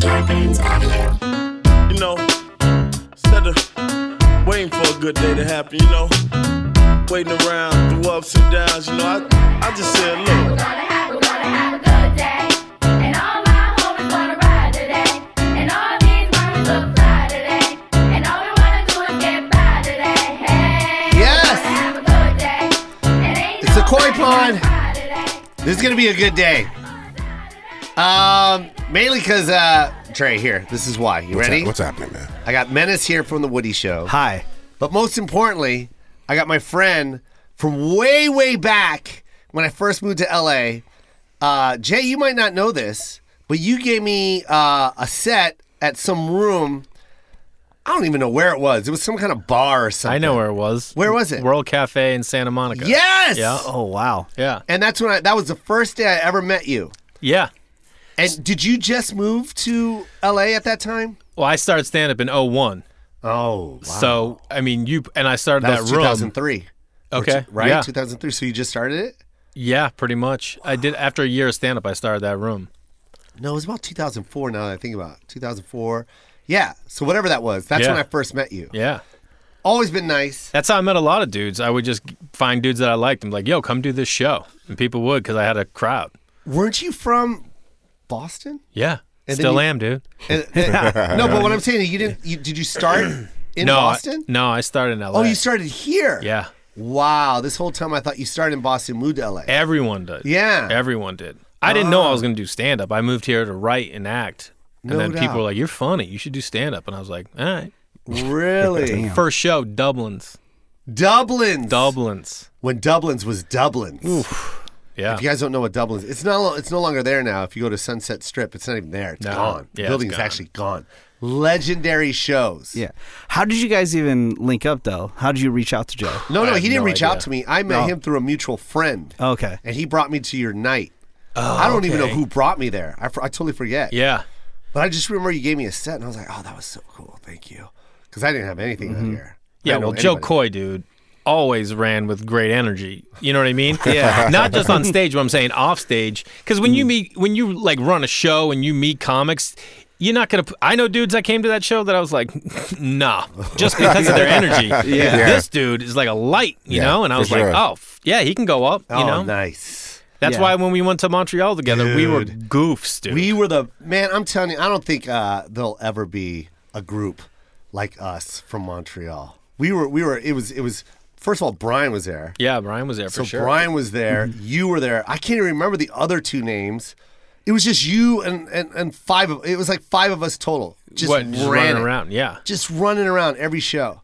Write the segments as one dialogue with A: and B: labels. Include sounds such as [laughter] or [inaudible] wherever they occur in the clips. A: Scorpions Audio.
B: you know, instead of waiting for a good day to happen, you know, waiting around through ups and downs, you know, I, I just said, look,
C: We're gonna have, we're gonna have a good day. And all my homies wanna ride today. And all these mommies look fly today. And all we wanna do is get by today. Hey, we're
D: Yes.
C: gonna have a good day. And ain't
D: It's a koi
C: nobody gonna
D: pond.
C: cry today.
D: This is gonna be a good day. Um, mainly because uh, Trey here. This is why. You
E: What's
D: ready?
E: hap- what's happening, man?
D: I got Menace here from the Woody Show.
F: Hi.
D: But most importantly, I got my friend from way, way back when I first moved to LA. Uh, Jay, you might not know this, but you gave me uh, a set at some room. I don't even know where it was. It was some kind of bar or something.
F: I know where it was.
D: Where was it?
F: World Cafe in Santa Monica.
D: Yes.
F: Yeah. Oh wow. Yeah.
D: And that's when I. That was the first day I ever met you.
F: Yeah.
D: And did you just move to LA at that time?
F: Well, I started stand up in 01.
D: Oh, wow.
F: So, I mean, you and I started
D: that
F: that,
D: was
F: room.
D: 2003.
F: Okay.
D: Right?
F: Yeah.
D: 2003. So you just started it?
F: yeah, pretty much. I did after a year of stand up, I started that room.
D: No, it was about 2004 now that I think about it. 2004. Yeah. So whatever that was, that's
F: Yeah.
D: when I first met you.
F: Yeah.
D: Always been nice.
F: That's how I met a lot of dudes. I would just find dudes that I liked and be like, "Yo, come do this show." And people would cuz I had a crowd.
D: Weren't you from
F: [laughs]
D: Boston?
F: Yeah.
D: And then
F: Still
D: you-
F: am, dude.
D: And- and- no, but what I'm saying is you didn't you, did you start in
F: no, I-
D: Boston?
F: no, I started in LA.
D: Oh, you started here.
F: Yeah.
D: Wow. This whole time I thought you started in Boston, moved to LA.
F: Eh. Everyone did.
D: Yeah. Ah.
F: Everyone did. I didn't know I was going to do stand up. I moved here to write and act. And
D: No
F: then people
D: doubt.
F: were like, you're funny. You should do stand up. And I was like, all right. [laughs]
D: Really?
F: First show, Dublin's.
D: Dublin's.
F: Dublin's.
D: when Dublin's was Dublin's.
F: Yeah.
D: If you guys don't know what Dublin's, it's not lo- it's no longer there now. If you go to Sunset Strip, it's not even there. It's
F: No.
D: gone. The
F: Yeah, it's
D: building's
F: gone.
D: actually gone. Legendary shows.
G: Yeah. How did you guys even link up though? How did you reach out to
D: [laughs]
G: Joe?
D: No,
F: I
D: no,
F: have
D: he didn't
F: no
D: reach out
F: idea.
D: to me. I met him through a mutual friend,
G: Okay.
D: and he brought me to your night. I don't even know
F: Oh, okay.
D: who brought me there. I, fr- I totally forget.
F: yeah.
D: But I just remember you gave me a set, and I was like, "Oh, that was so cool. Thank you." Because I didn't have anything out here. I
F: Mm-hmm. Yeah.
D: didn't know
F: Well, Joe
D: anybody.
F: Coy, dude, always ran with great energy. You know what I mean? yeah. Not just on stage, but I'm saying off stage. Because when you meet, when you like run a show and you meet comics, you're not gonna. p- I know dudes that came to that show that I was like, [laughs] nah, just because of their energy. Yeah. This dude is like a light, you
E: Yeah,
F: know. And I
E: for
F: was
E: sure.
F: like, oh, f- yeah, he can go up. You
D: Oh,
F: know,
D: nice.
F: that's
G: Yeah.
F: why when we went to Montreal together, we were
D: Dude.
F: goofs, dude.
D: We were the man. I'm telling you, I don't think uh, there'll ever be a group like us from Montreal. We were, we were. It was, it was. First of all, Brian was there.
F: yeah, Brian was there for
D: so
F: sure. Mm-hmm.
D: Brian was there. You were there. I can't even remember the other two names. It was just you and and, and five of. It was like five of us total. Just
F: what,
D: ran
F: just running
D: it.
F: around? Yeah.
D: Just running around every show.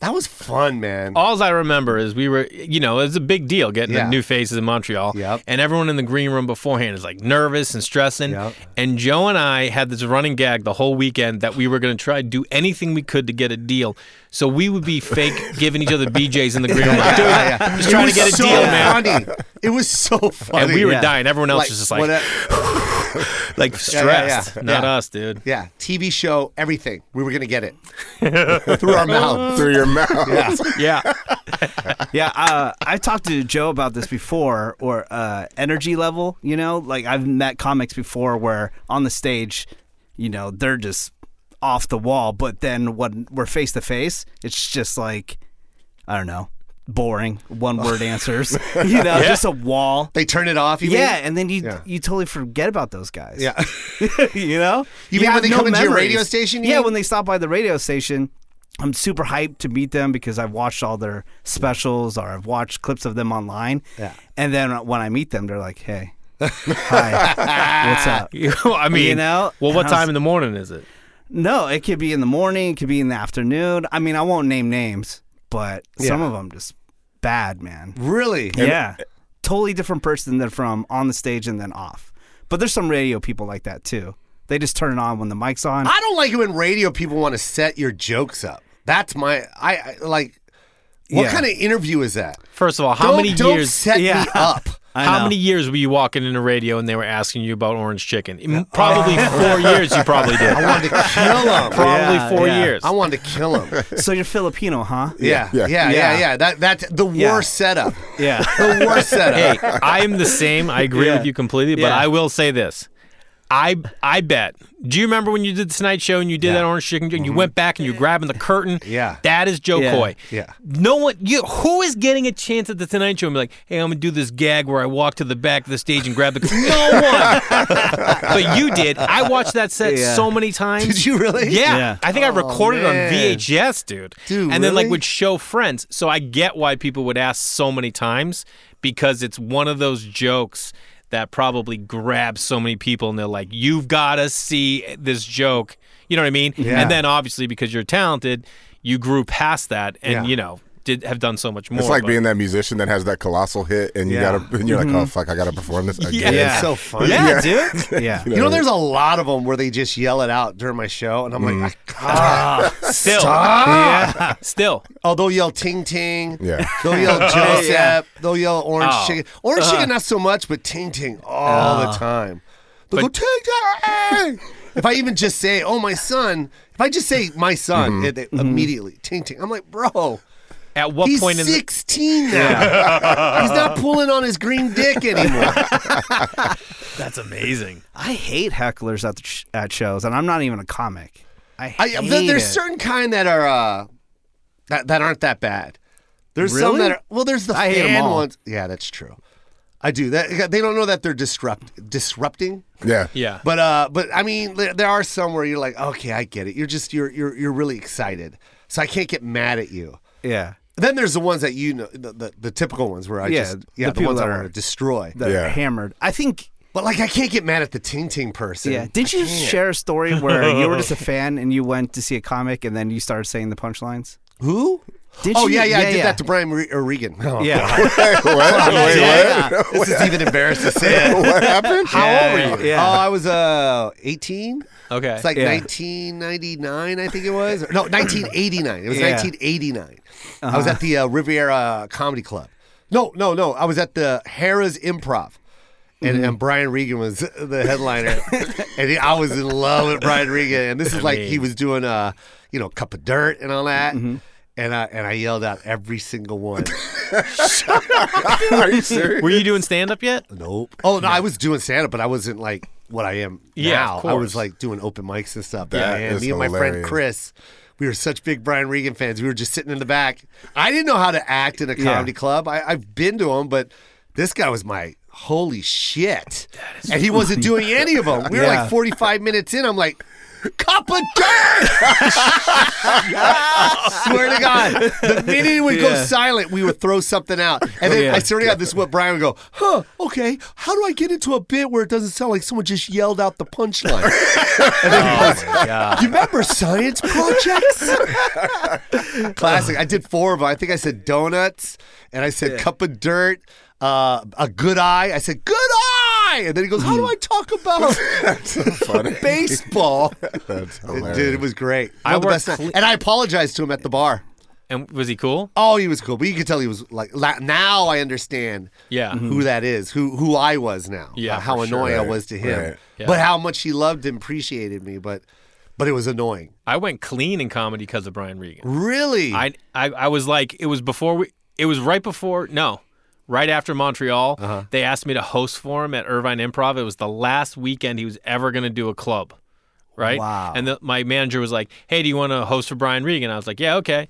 D: That was fun, man.
F: All I remember is we were, you know, it was a big deal getting
D: Yeah.
F: the new faces in Montreal.
D: Yep.
F: And everyone in the green room beforehand is like nervous and stressing.
D: Yep.
F: And Joe and I had this running gag the whole weekend that we were going to try to do anything we could to get a deal. So we would
D: [laughs]
F: be fake giving each other BJs in the green room. Like, dude,
D: Yeah, yeah.
F: [laughs] just
D: It
F: trying to
D: was
F: get a
D: so
F: deal, man.
D: Funny. It was so funny.
F: And we were
G: Yeah.
F: dying. Everyone else was just like,
D: what-
F: like
D: yeah, yeah.
F: stressed. Not
D: Yeah.
F: us, dude.
D: Yeah, TV show, everything. We were gonna get it [laughs] through our mouth.
A: [laughs]
E: Through your mouth.
F: [laughs] Yeah.
G: Yeah, uh, I talked to Joe about this before, or uh, energy level. You know, like I've met comics before where on the stage, you know, they're just off the wall, but then when we're face to face, it's just like, I don't know, boring
D: [laughs]
G: one word answers. [laughs] You know, just a wall.
D: They turn it off. You
G: Yeah,
D: mean?
G: and then you
D: Yeah.
G: you totally forget about those guys.
D: yeah. [laughs]
G: [laughs] you know?
D: You mean when
G: have
D: they come into your radio station, you
G: Yeah,
D: mean?
G: when they stop by the radio station, I'm super hyped to meet them because I've watched all their specials or I've watched clips of them online.
D: Yeah.
G: And then when I meet them, they're
D: [laughs]
G: like, hey, hi, what's up?
F: I mean,
G: know?
F: well, what
G: And I was-
F: time in the morning is it?
G: No, it could be in the morning, it could be in the afternoon. I mean, I won't name names, but some of them just bad, man.
D: Really?
G: Yeah. Totally different person than from on the stage and then off. But there's some radio people like that too. They just turn it on when the mic's on.
D: I don't like it when radio people want to set your jokes up. That's my I, I like. What
G: Yeah.
D: kind of interview is that?
F: First of all, how
D: don't,
F: many
D: don't
F: years?
D: set
G: Yeah.
D: me up?
G: I
F: How
G: know.
F: many years were you walking into radio and they were asking you about orange chicken? M- Probably four years. You probably did.
D: I wanted to kill him.
F: Probably
G: Yeah,
F: four
G: yeah.
F: years.
D: I wanted to kill him.
G: So you're Filipino, huh?
D: Yeah, yeah,
E: Yeah.
D: yeah, yeah.
G: Yeah.
D: That that's the
G: Yeah.
D: worst setup.
G: Yeah.
D: The worst setup.
F: hey, I am the same. I agree
G: Yeah.
F: with you completely. But
G: Yeah.
F: I will say this: I I bet. Do you remember when you did the Tonight Show and you did
D: Yeah. Mm-hmm.
F: that orange chicken? and You went back and you're grabbing the curtain.
D: Yeah.
F: that is Joe
G: Yeah.
F: Coy.
D: Yeah.
F: no one. You who is getting a chance at the Tonight Show and be like, hey, I'm gonna do this gag where I walk to the back of the stage and grab the. cur-"
D: [laughs]
F: No one. but you did. I watched that set
G: Yeah.
F: so many times.
D: Did you really? Oh,
F: Yeah.
G: Yeah.
F: I think I recorded it
D: man.
F: on VHS, dude.
D: Dude,
F: and then
D: really?
F: like would show friends. So I get why people would ask so many times because it's one of those jokes that probably grabs so many people and they're like, You've gotta see this joke. You know what I mean?
D: Yeah.
F: And then obviously because you're talented, you grew past that and
D: Yeah.
F: you know, did have done so much more.
A: It's like
F: but-
A: being that musician that has that colossal hit, and you
G: Yeah.
A: gotta, and you're like, oh fuck, I gotta perform this again.
D: Yeah.
F: [laughs] Yeah.
D: It's so funny.
F: Yeah, dude.
G: Yeah.
D: You know, there's a lot of them where they just yell it out during my show, and I'm like, I, [laughs]
F: Still. Yeah. Still.
D: oh, they'll yell ting ting.
A: Yeah.
D: They'll
G: [laughs]
D: yell
G: Oh,
D: Joseph.
F: Yeah.
D: They'll yell orange
F: Oh.
D: chicken. Orange
G: Uh-huh.
D: chicken, not so much, but ting ting all
G: Uh.
D: the time. They'll
F: But-
D: go ting ting. if I even just say, oh, my son, if I just say my son,
G: Mm-hmm.
D: it, it- immediately ting ting. I'm like, bro.
F: At what
D: He's
F: point in the
D: 16 now. [laughs] He's not pulling on his green dick anymore.
F: That's amazing.
G: I hate hecklers at the sh- at shows, and I'm not even a comic. I [laughs]
D: I,
G: hate
D: th- there's
G: it.
D: certain kind that are uh, that that aren't that bad. There's some
G: Really?
D: that are well. There's the
G: I hate 'em
D: fan
G: all.
D: ones. Yeah, that's true. I do that. They don't know that they're disrupt disrupting.
A: Yeah.
F: Yeah.
D: But uh, but I mean, there there are some where you're like, okay, I get it. You're just you're you're you're really excited, so I can't get mad at you.
G: yeah
D: Then there's the ones that you know, the, the, the typical ones where I
G: Yeah,
D: just
G: the
D: yeah, the,
G: people
D: ones
G: that
D: I
G: are-
D: want to destroy.
G: that
A: Yeah.
G: are hammered. I think.
D: but like, I can't get mad at the ting ting person.
G: Yeah. Did you share a story where you were just a fan and you went to see a comic and then you started saying the punchlines?
D: Who?
G: Did
D: oh
G: you-
D: yeah, yeah, I
G: yeah,
D: did
G: yeah.
D: that to Brian Re- or Regan. Oh,
G: Yeah.
A: [laughs] Wait, what? Wait,
D: Yeah.
A: what?
D: This is even embarrassed to say.
A: What happened?
D: [laughs] How old were you?
G: Yeah.
D: Oh, I was uh 18.
F: Okay.
D: It's like
G: Yeah.
D: 1999, I think it was.
G: [laughs]
D: Or- No, 1989. It was
G: Yeah. Uh-huh.
D: 1989. I was at the uh, Riviera Comedy Club. No, no, no. I was at the Harrah's Improv. And,
G: Mm-hmm.
D: and Brian Regan was the headliner,
G: [laughs]
D: and he, I was in love with Brian Regan. And this is like he was doing uh, you know, cup of dirt and all that.
G: Mm-hmm.
D: And I and I yelled out every single one.
A: Are you serious?
F: Were you doing stand up yet?
D: Nope. Oh no, I was doing stand up, but I wasn't like what I am
F: Yeah,
D: now.
F: of
D: I was
F: course.
D: like doing open mics and stuff.
A: That
D: yeah, man.
A: is
D: Me and my friend
A: hilarious.
D: Chris, we were such big Brian Regan fans. We were just sitting in the back. I didn't know how to act in a comedy club. I, I've been to them, but this guy was my holy shit. And he wasn't doing any of them. We were
G: Yeah.
D: like 45 minutes in. I'm like, cup of dirt. [laughs] swear to God, the minute it would go
G: Yeah.
D: silent, we would throw something out. And then
G: Yeah.
D: I swear to God, this is what Brian would go, huh, okay, how do I get into a bit where it doesn't sound like someone just yelled out the
F: [laughs]
D: punchline? and then
F: Oh
D: he goes, you remember science projects? Classic. I did four of them. I think I said donuts, and I said cup of dirt, uh, a good eye. I said good eye, and then he goes, "How do I talk [laughs]
F: [laughs]
D: about baseball?"
A: That's hilarious.
D: Dude, it was great.
F: I
D: One of the
F: work
D: best nights.
F: cle-
D: and I apologized to him at the bar.
F: And was he cool?
D: Oh, he was cool, but you could tell he was like. La- now I understand.
F: Yeah.
D: Who that is? Who who I was now?
F: Yeah,
D: uh, how
F: for sure.
D: annoying I
A: Mm-hmm. Right,
D: was to him,
A: right.
F: Yeah.
D: but how much he loved and appreciated me. But but it was annoying.
F: I went clean in comedy because of Brian Regan.
D: Really?
F: I, I I was like, it was before we, it was right before, no, right after Montreal.
D: Uh-huh.
F: They asked me to host for him at Irvine Improv. It was the last weekend he was ever going to do a club, right?
G: Wow.
F: And the, my manager was like, "Hey, do you want to host for Brian Regan?" I was like, "Yeah, okay."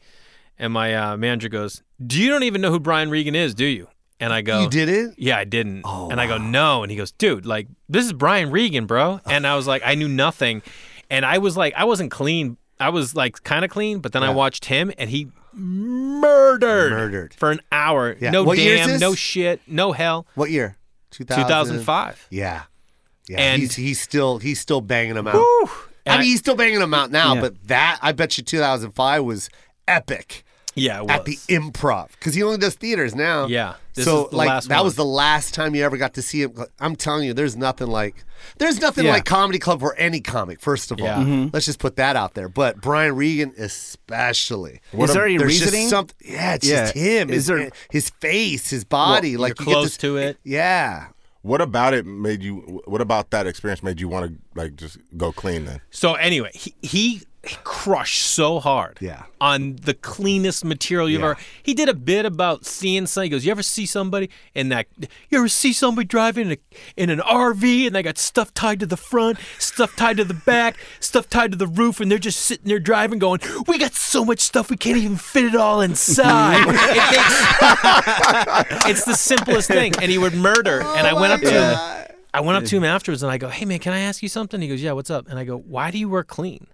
F: And my uh, manager goes, "Do you don't even know who Brian Regan is, do you?" And I go,
D: you did it.
F: Yeah, I didn't.
D: Oh,
F: and I go, no. And he goes, dude, like, this is Brian Regan, bro. And I was like, I knew nothing. And I was like, I wasn't clean. I was like kind of clean, but then I watched him and he murdered,
D: Murdered.
F: for an hour.
D: Yeah.
F: No
D: What year is
F: damn,
D: this?
F: no shit, no hell.
D: What year? 2000.
F: 2005.
D: Yeah. Yeah.
F: And-
D: he's, he's still he's still banging them out. I mean,
F: And I-
D: he's still banging them out now,
G: Yeah.
D: but that I bet you 2005 was epic
F: yeah, it was.
D: at the improv because he only does theaters now.
F: Yeah, this
D: so
F: is the
D: like
F: last
D: that
F: one.
D: was the last time you ever got to see him. I'm telling you, there's nothing like there's nothing
G: Yeah.
D: like comedy club for any comic. First of
F: Yeah. Mm-hmm.
D: all, let's just put that out there. But Brian Regan especially.
G: Is there any
D: There's
G: reasoning?
D: Just something, yeah, it's just
G: Yeah.
D: him.
G: Is
D: his,
G: there-
D: his face, his body?
F: You're
D: like you get
F: close
D: this-
F: to it.
D: Yeah,
A: What about it made you? What about that experience made you want to like just go clean then?
F: So anyway, he, he crushed so hard
G: Yeah.
F: on the cleanest material you've
G: Yeah.
F: ever. He did a bit about seeing somebody. He goes, "You ever see somebody in that? You ever see somebody driving in, a, in an RV and they got stuff tied to the front, stuff tied to the back, stuff tied to the roof, and they're just sitting there driving, going, "We got so much stuff we can't even fit it all inside." It takes- [laughs] it's the simplest thing, and he would murder. and I went up to him. I went up to him afterwards and I go, "Hey man, can I ask you something?" He goes, "Yeah, what's up?" And I go, "Why do you wear clean?"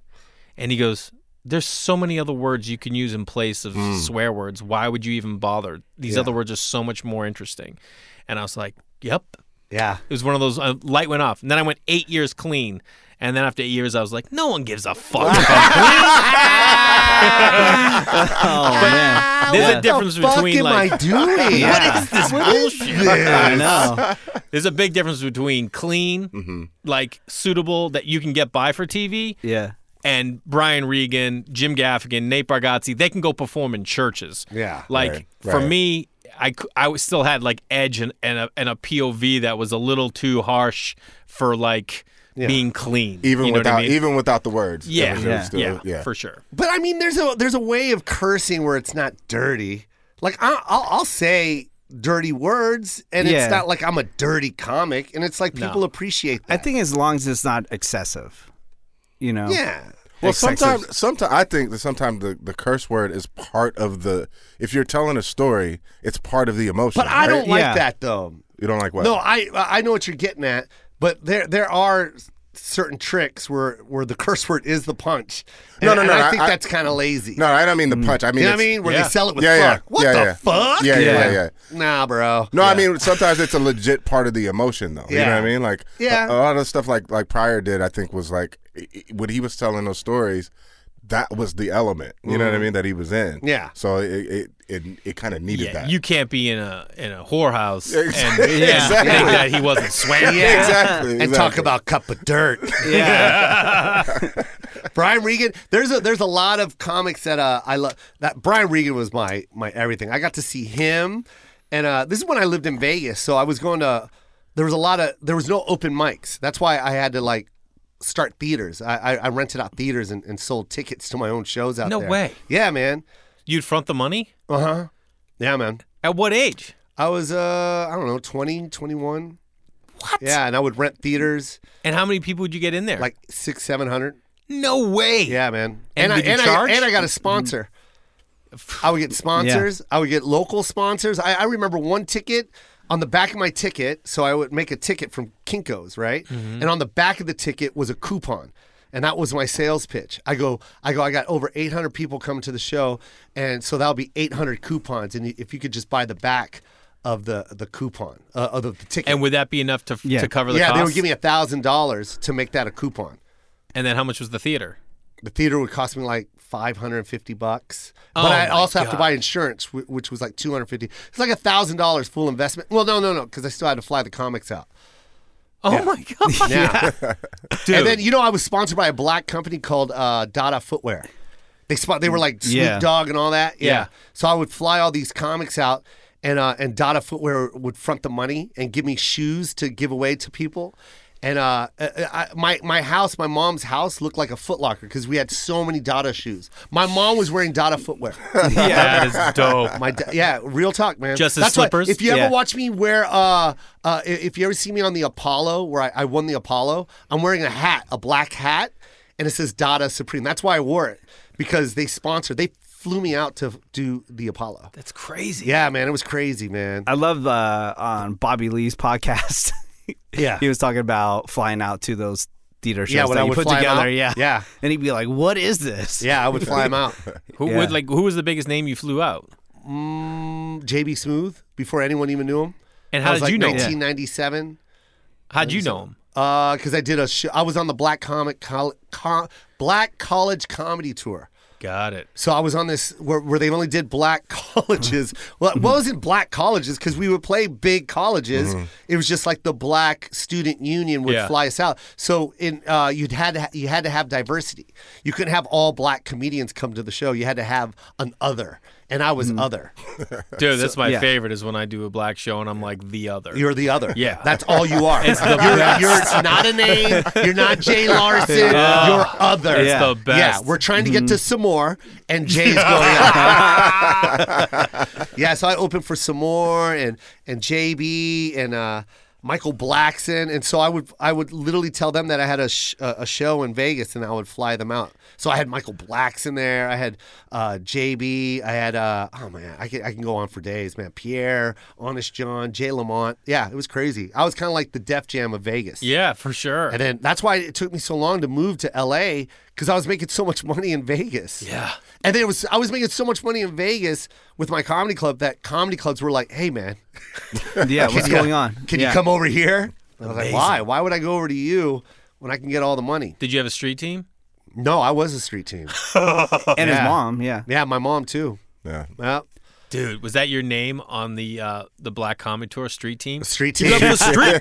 F: And he goes, "There's so many other words you can use in place of
D: Hmm.
F: swear words. Why would you even bother? These other words are so much more interesting." And I was like, "Yep."
D: Yeah.
F: It was one of those uh, light went off. And then I went 8 years clean. And then after 8 years I was like, "No one gives a fuck." if I'm
G: [laughs] Oh man,
F: clean." There's a difference
D: Fuck
F: between
D: am
F: like
D: I
F: [laughs]
D: doing?
G: Yeah.
F: What is this bullshit?
G: I know.
F: There's a big difference between clean,
D: Mm-hmm.
F: like suitable that you can get by for TV,
G: Yeah,
F: and Brian Regan, Jim Gaffigan, Nate Bargatze, they can go perform in churches.
D: Yeah,
F: Like
A: right,
F: for
A: right.
F: me, I, cou- I was- still had like edge and, and, a, and a POV that was a little too harsh for like being clean.
A: Even
F: You know what I
A: without
F: mean?
A: even without the words.
F: Yeah,
A: It was
G: yeah,
A: still-
F: yeah,
A: yeah.
F: for sure.
D: But I mean, there's a there's a way of cursing where it's not dirty. Like I, I'll, I'll say dirty words, and
G: Yeah.
D: it's not like I'm a dirty comic, and it's like people appreciate
G: I
D: that.
G: think as long as it's not excessive, you know.
D: yeah.
A: Well,
G: Excessive.
A: sometimes, sometimes I think that sometimes the, the curse word is part of the. If you're telling a story, it's part of the emotion.
D: But I don't
A: right?
D: like
G: Yeah.
D: that though.
A: You don't like what?
D: No, I I know what you're getting at, but there there are certain tricks where where the curse word is the punch. And,
A: No, no,
D: and
A: no,
D: I
A: I-
D: think
A: I-
D: that's kind of lazy.
A: No, I don't mean the punch. I mean,
D: you know what I
A: it's-
D: mean? Where
F: yeah.
D: they sell it with
A: Yeah, yeah,
D: fuck. What
A: yeah,
D: the
A: yeah.
D: fuck?
A: Yeah, yeah,
G: Yeah.
A: yeah, yeah.
D: Nah, bro.
A: No, I mean sometimes it's a legit part of the emotion, though. You know
D: Yeah.
A: what I mean? Like,
D: Yeah.
A: a, a lot of the stuff like like Pryor did, I think was like i- i- when he was telling those stories, that was the element. You know what I mean? That he was in.
D: Mm. Yeah.
A: So it it it, it kind of needed
F: Yeah,
A: that.
F: you can't be in a in a whorehouse
D: [laughs]
F: and
A: Exactly.
F: yeah,
A: Exactly.
F: think that he wasn't swearing.
D: Yeah.
A: [laughs] exactly.
D: And talk
A: exactly.
D: about cup of dirt.
G: yeah.
D: Brian Regan. There's a there's a lot of comics that uh, I love. That Brian Regan was my my everything. I got to see him, and uh, this is when I lived in Vegas. So I was going to. There was a lot of there was no open mics. That's why I had to like start theaters. I I, I rented out theaters and, and sold tickets to my own shows out
F: No
D: there.
F: way.
D: Yeah, man.
F: You'd front the money?
D: Uh huh. Yeah, man.
F: At what age?
D: I was uh I don't know 20, 21. What? Yeah, and I would rent theaters
F: And how many people would you get in there?
D: like six seven hundred.
F: no way.
D: Yeah, man.
F: And did you
D: I,
F: charge?
D: I and I got a sponsor. Mm-hmm. I would get sponsors. I would get local sponsors. I, I remember one ticket on the back of my ticket. So I would make a ticket from Kinkos, right? And on the back of the ticket was a coupon. And that was my sales pitch. I go, I go. I got over 800 people coming to the show, and so that'll be 800 coupons. And if you could just buy the back of the the coupon uh, of the, the ticket,
F: And would that be enough to,
G: Yeah.
F: to cover the
D: yeah,
F: cost?
D: they would give me a thousand dollars to make that a coupon.
F: and then how much was the theater?
D: the theater would cost me like 550 bucks
F: Oh,
D: but i
F: my
D: also have to
F: God.
D: buy insurance wh- which was like 250 it's like a thousand dollars full investment well no no no because i still had to fly the comics out
F: Oh my [laughs] god.
D: yeah
F: Dude.
D: and then you know i was sponsored by a black company called uh, dada footwear they spot they were like snoop
G: Yeah.
D: dogg and all that yeah.
F: Yeah.
D: so i would fly all these comics out and uh, and dada footwear would front the money and give me shoes to give away to people and uh, I, I- my my house, my mom's house, looked like a Foot Locker because we had so many Dada shoes. My mom was wearing Dada footwear.
F: That is
G: [laughs]
F: dope.
D: My da- yeah, real talk, man.
F: Just as
D: why-
F: slippers?
D: if you ever
G: Yeah.
D: watch me wear, uh, uh, i- if you ever see me on the Apollo where I, I won the Apollo, I'm wearing a hat, a black hat, and it says Dada Supreme. That's why I wore it because they sponsored. They flew me out to do the Apollo.
F: That's crazy.
D: Yeah, man, it was crazy, man.
G: I love uh, on Bobby Lee's podcast. [laughs]
D: Yeah.
G: he was talking about flying out to those theater shows
D: Yeah, when
G: that
D: I
G: you
D: would
G: put
D: fly 'em
G: together.
D: out.
G: Yeah,
D: Yeah.
G: And he'd be like, "What is this?"
D: Yeah, I would fly him
F: [laughs]
D: out.
F: Who
G: Yeah.
F: would like who was the biggest name you flew out?
D: Mm, JB Smooth before anyone even knew him.
F: And how
D: I was
F: did
D: like
F: you know? him?
D: 1997.
F: How'd you know him?
D: because Uh, I did a show. I was on the Black Comic Col- Co- Black College Comedy Tour.
F: Got it.
D: So I was on this where, where they only did black [laughs] colleges. well,
F: Mm-hmm.
D: it wasn't black colleges because we would play big colleges. It was just like the black student union would
F: Yeah.
D: fly us out. So in uh, you'd had to ha- you had to have diversity. You couldn't have all black comedians come to the show. You had to have an other. and I
F: Mm-hmm.
D: was other.
F: Dude, that's my
G: yeah.
F: favorite is when I do a black show and I'm like the other.
D: You're the other.
F: Yeah.
D: that's all you are.
F: [laughs] It's the
D: you're,
F: best.
D: you're not a name. You're not Jay Larson.
F: [laughs] Yeah.
D: You're other.
F: It's the best. Mm-hmm.
D: Yeah, we're trying to get to some more, and
F: [laughs]
D: Jay's going. "Ah." yeah, so I opened for some more, and and JB and uh, Michael Blackson, and so I would I would literally tell them that I had a sh- a a show in Vegas, and I would fly them out. So I had Michael Blackson there. I had uh, JB. I had uh, oh man, I can I can go on for days, man. Pierre, Honest John, Jay Lamont. Yeah, it was crazy. I was kind of like the Def Jam of Vegas.
F: yeah, for sure.
D: And then that's why it took me so long to move to LA because I was making so much money in Vegas.
F: Yeah.
D: And then it was I was making so much money in Vegas with my comedy club that comedy clubs were like, "Hey man,
G: [laughs] Yeah, what's
D: [laughs]
G: going
D: yeah,
G: on?
D: Can
G: Yeah.
D: you come over here?" And I was like, "Why? Why would I go over to you when I can get all the money?"
F: Did you have a street team?
D: No, I was a street team.
G: And
D: Yeah.
G: his mom, yeah.
D: yeah, my mom too.
A: Yeah.
D: Yeah,
F: Dude, was that your name on the uh, the Black Comedy Tour
D: [laughs]
F: street team?
D: street
F: You
D: team.
F: have a
A: [laughs]
F: street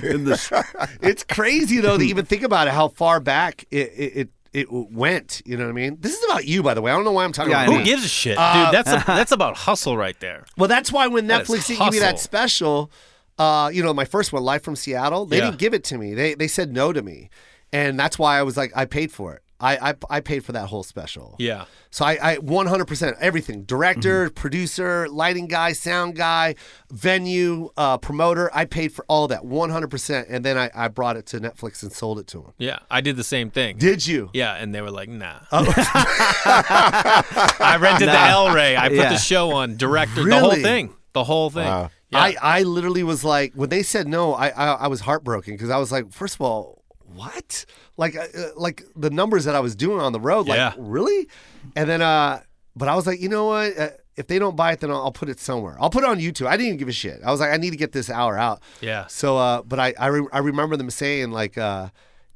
F: team.
D: it's crazy though to even think about it, how far back it it, it it went. You know what I mean? This is about you, by the way. I don't know why I'm talking
G: Yeah, I
D: about
G: know.
D: me.
F: Who gives a shit,
G: Uh,
F: dude? That's
G: [laughs]
F: a, that's about hustle right there.
D: Well, that's why when
F: That is
D: Netflix didn't give me that
F: hustle.
D: special, uh, you know, my first one, Live from Seattle, they
F: Yeah.
D: didn't give it to me. They they said no to me, and that's why I was like, I paid for it. I I, I paid for that whole special.
F: Yeah. Mm-hmm.
D: So I, I 100% everything director, producer, lighting guy, sound guy, venue, uh, promoter. I paid for all that 100%. And then I, I brought it to Netflix and sold it to them.
F: Yeah, I did the same thing.
D: Did you?
F: yeah, and they were like, nah.
D: Oh.
F: [laughs] I rented the L Ray. I put
G: Yeah.
F: the show on, director, the whole
D: Really?
F: thing. The whole thing. Yeah.
D: I, I literally was like when they said no I I, I was heartbroken because I was like first of all what like uh, uh, like the numbers that I was doing on the road like
F: Yeah.
D: really and then uh but I was like you know what uh, if they don't buy it then I'll, I'll put it somewhere I'll put it on YouTube I didn't even give a shit I was like I need to get this hour out
F: Yeah.
D: so uh but I I, re- I remember them saying like uh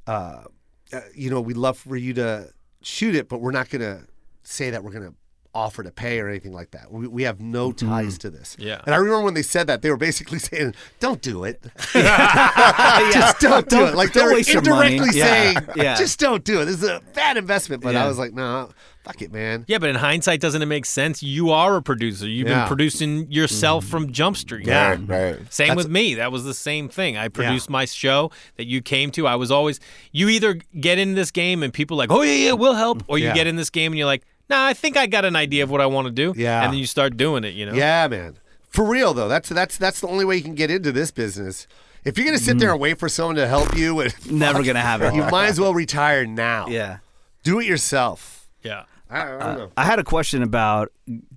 D: uh uh, you know we'd love for you to shoot it but we're not gonna say that we're gonna offer to pay or anything like that we, we have no
G: Mm-hmm.
D: ties to this
F: Yeah.
D: and I remember when they said that, they were basically [laughs] saying, "Don't do it. [laughs] just don't do it." Like they
G: Don't
D: were
G: waste your money.
D: indirectly
G: Yeah.
D: saying,
G: [laughs] Yeah.
D: "Just don't do it. This is a bad investment." But I
G: Yeah.
D: was like, "No, fuck it, man."
F: Yeah, but in hindsight, doesn't it make sense? You are a producer. You've
D: Yeah. Mm-hmm.
F: been producing yourself from Jump Street.
A: Right. right.
F: Same with me. That was the same thing. I produced
D: Yeah.
F: my show that you came to. I was always you either get in this game and people like, "Oh yeah, yeah, we'll help," or you
D: Yeah.
F: get in this game and you're like, "Nah, I think I got an idea of what I want to do."
D: Yeah.
F: And then you start doing it, you know.
D: Yeah, man. For real though, that's that's that's the only way you can get into this business. If you're gonna
G: Mm-hmm.
D: sit there and wait for someone to help you, and
G: Never gonna have
D: [laughs]
G: it.
D: you might as well retire now.
G: yeah.
D: do it yourself.
F: Yeah.
D: I, I don't know.
G: I had a question about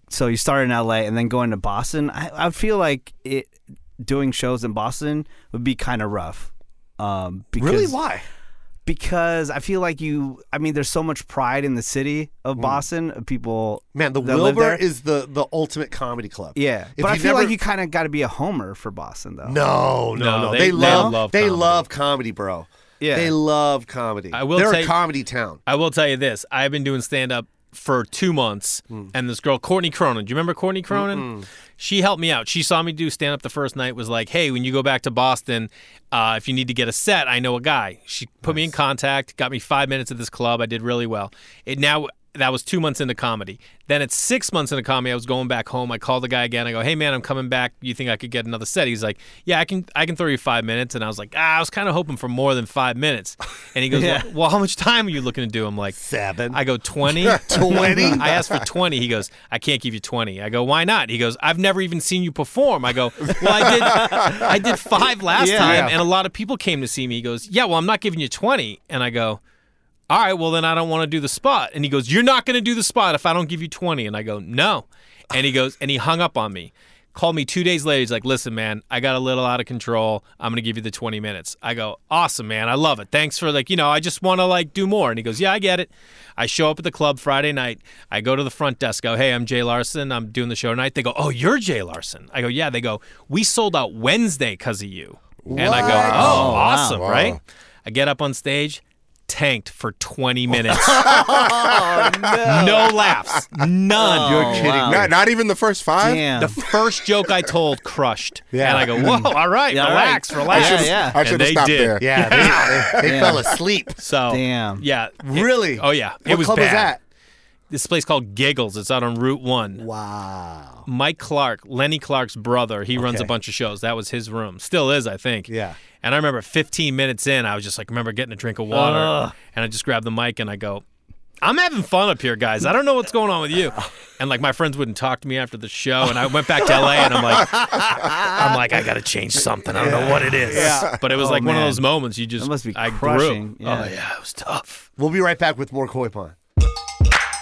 G: so you started in LA and then going to Boston. I, I feel like it doing shows in Boston would be kind of rough. Um, because,
D: Really? Why?
G: Because I feel like you. I mean, there's so much pride in the city of Boston. of People,
D: Mm. Man, the
G: that live
D: Wilbur
G: there.
D: is the the ultimate comedy club.
G: Yeah,
D: If
G: but I
D: you
G: feel
D: never-
G: like you kind of got to be a homer for Boston, though.
D: No, no,
F: No,
D: no. They,
F: they- they
D: love,
F: love
D: they
F: comedy.
D: love comedy, bro.
G: Yeah.
D: They love comedy.
F: I will
D: They're
F: tell
D: a
F: you-
D: comedy town.
F: I will tell you this. I've been doing stand up for two months, and this girl, Courtney Cronin, do you remember Courtney Cronin? She helped me out. She saw me do stand up the first night, was like, hey, when you go back to Boston, uh, if you need to get a set, I know a guy. She put me in contact, got me five minutes at this club. I did really well. It now, that was two months into comedy. Then at six months into comedy, I was going back home. I called the guy again. I go, "Hey man, I'm coming back. You think I could get another set?" He's like, "Yeah, I can. I can throw you five minutes." And I was like, "Ah, I was kind of hoping for more than five minutes." And he goes, well, "Well, how much time are you looking to do?" I'm like,
D: Seven.
F: I go 20.
D: 20?
F: [laughs] I asked for 20. He goes, I can't give you 20. I go, why not? He goes, I've never even seen you perform. I go, well, I did I did 5 last
G: Yeah.
F: time and a lot of people came to see me. He goes, yeah, well, I'm not giving you 20. And I go, all right, well then I don't want to do the spot. And he goes, you're not going to do the spot if I don't give you 20. And I go, no. And he goes, and he hung up on me. Called me two days later. He's like, listen, man, I got a little out of control. I'm gonna give you the 20 minutes. I go, awesome, man. I love it. Thanks for like, you know, I just want to like do more. And he goes, yeah, I get it. I show up at the club Friday night. I go to the front desk. Go, hey, I'm Jay Larson. I'm doing the show tonight. They go, oh, you're Jay Larson. I go, yeah. They go, we sold out Wednesday because of you. And I go,
D: What?
F: oh, awesome,
A: Wow.
F: right? I get up on stage, tanked for 20 minutes. no. laughs, none.
D: You're kidding. me.
A: Not, not even the first five.
G: Oh, Damn.
F: The first joke I told crushed.
D: Yeah.
F: And I go, whoa, all right,
G: Yeah, all
F: relax,
G: right.
F: relax.
G: Yeah, yeah.
A: I should
F: And
A: have
F: they
A: stopped
F: did.
A: there.
D: Yeah, they, they, they fell asleep.
F: So,
G: Damn.
F: yeah. it-
D: Really?
F: oh, yeah.
D: What
F: it was
D: club
F: bad.
D: was that?
F: this place called Giggles. It's out on Route One.
E: Wow.
F: Mike Clark, Lenny Clark's brother, he runs a
E: Okay.
F: bunch of shows. That was his room. Still is, I think.
E: Yeah.
F: And I remember 15 minutes in, I was just like, remember getting a drink of water.
G: Ugh.
F: And I just grabbed the mic and I go, I'm having fun up here, guys. I don't know what's going on with
G: [laughs]
F: you. And like my friends wouldn't talk to me after the show. And I went back to LA and I'm like, I'm like, I got to change something. I don't know what it is. But it was
G: Oh,
F: like one of
G: man.
F: those moments you just,
G: That must be
F: I
G: crushing.
F: grew.
G: Yeah.
F: Oh, yeah. It was tough.
D: We'll be right back with more Koi Pond.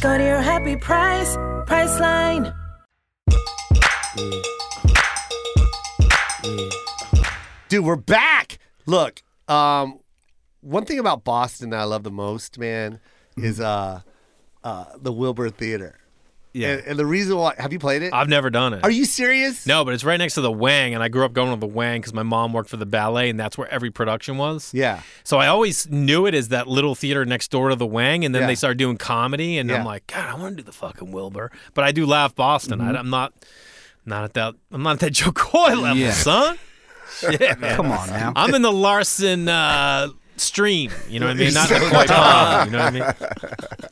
H: Go to your happy price, Priceline.
D: Dude, we're back. Look, um, one thing about Boston that I love the most, man, is uh, uh, the Wilbur Theater.
G: Yeah.
D: And, and the reason why, have you played it?
F: I've never done it.
D: Are you serious?
F: No, but it's right next to the Wang, and I grew up going to the Wang because my mom worked for the ballet, and that's where every production was.
D: Yeah.
F: So I always knew it as that little theater next door to the Wang, and then
D: Yeah.
F: they started doing comedy, and
D: Yeah.
F: I'm like, God, I want to do the fucking Wilbur, but I do laugh Boston.
D: Mm-hmm.
F: I, am not, not at that. I'm not at that [laughs] Joe Coy level,
G: Yeah.
F: son. Shit, man.
G: Come on
D: [laughs]
G: now.
F: I'm in the Larson uh, stream. You know what
D: [laughs]
F: I mean? Not the Koi Pond. You know what I mean?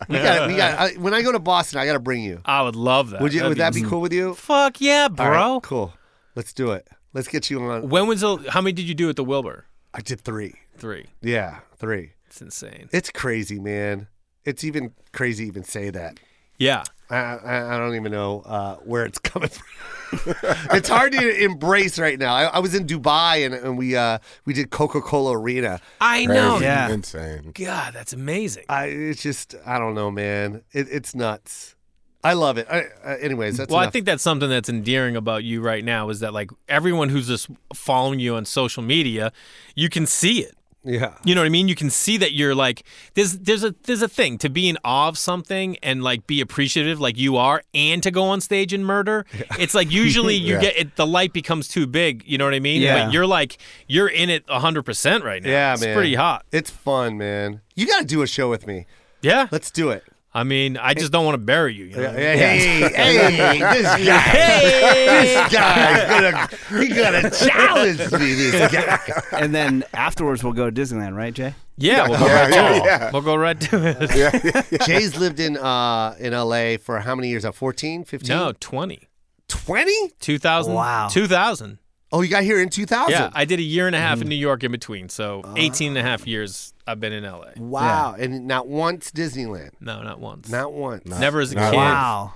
D: We got We got. I, when I go to Boston, I got to bring you.
F: I would love that.
D: Would you?
F: That'd
D: Would that be cool with you,
F: Fuck yeah, bro.
D: All right, cool. Let's do it. Let's get you on.
F: When was the? How many did you do at the Wilbur?
D: I did three.
F: Three.
D: Yeah, three.
F: It's insane.
D: It's crazy, man. It's even crazy to even say that.
F: Yeah.
D: I, I, I don't even know uh, where it's [laughs] coming from. it's hard to embrace right now. I, I was in Dubai and, and we uh, we did Coca Cola Arena.
F: I know.
A: Crazy.
G: yeah.
A: Insane. [laughs]
F: God, that's amazing.
D: I it's just I don't know, man. It, it's nuts. I love it. I, uh, anyways, that's
F: well, I
D: enough.
F: think that's something that's endearing about you right now is that like everyone who's just following you on social media, you can see it.
D: yeah.
F: You know what I mean? You can see that you're like there's there's a there's a thing to be in awe of something and like be appreciative like you are and to go on stage
D: [laughs]
F: and murder. It's like usually you get it the light becomes too big, you know what I mean?
G: Yeah.
F: But you're like you're in it 100% right now.
D: Yeah,
F: it's
D: man.
F: pretty hot.
D: It's fun, man. You got to do a show with me.
F: Yeah.
D: Let's do it.
F: I mean, I just don't want to bury you, you know? what I mean?
D: Hey, hey, this
F: [laughs]
D: guy, [laughs] this guy's gonna, he gonna challenge me. This
F: [laughs]
D: guy.
G: and then afterwards, we'll go to Disneyland, right, Jay?
F: Yeah, we'll go
A: Yeah,
F: right
A: yeah,
F: to it.
A: yeah.
F: We'll go right to it.
D: Jay's lived in uh in L.A. for how many years? Now, 14, 15?
F: No, 20.
D: 20?
F: 2000.
G: Wow.
F: 2000.
D: Oh, you got here in 2000.
F: Yeah, I did a year and a half in New York in between. So 18 and a half years I've been in LA.
D: wow. And not once Disneyland.
F: No, not once.
D: Not once.
F: Never as a
A: Not
F: kid.
G: Wow.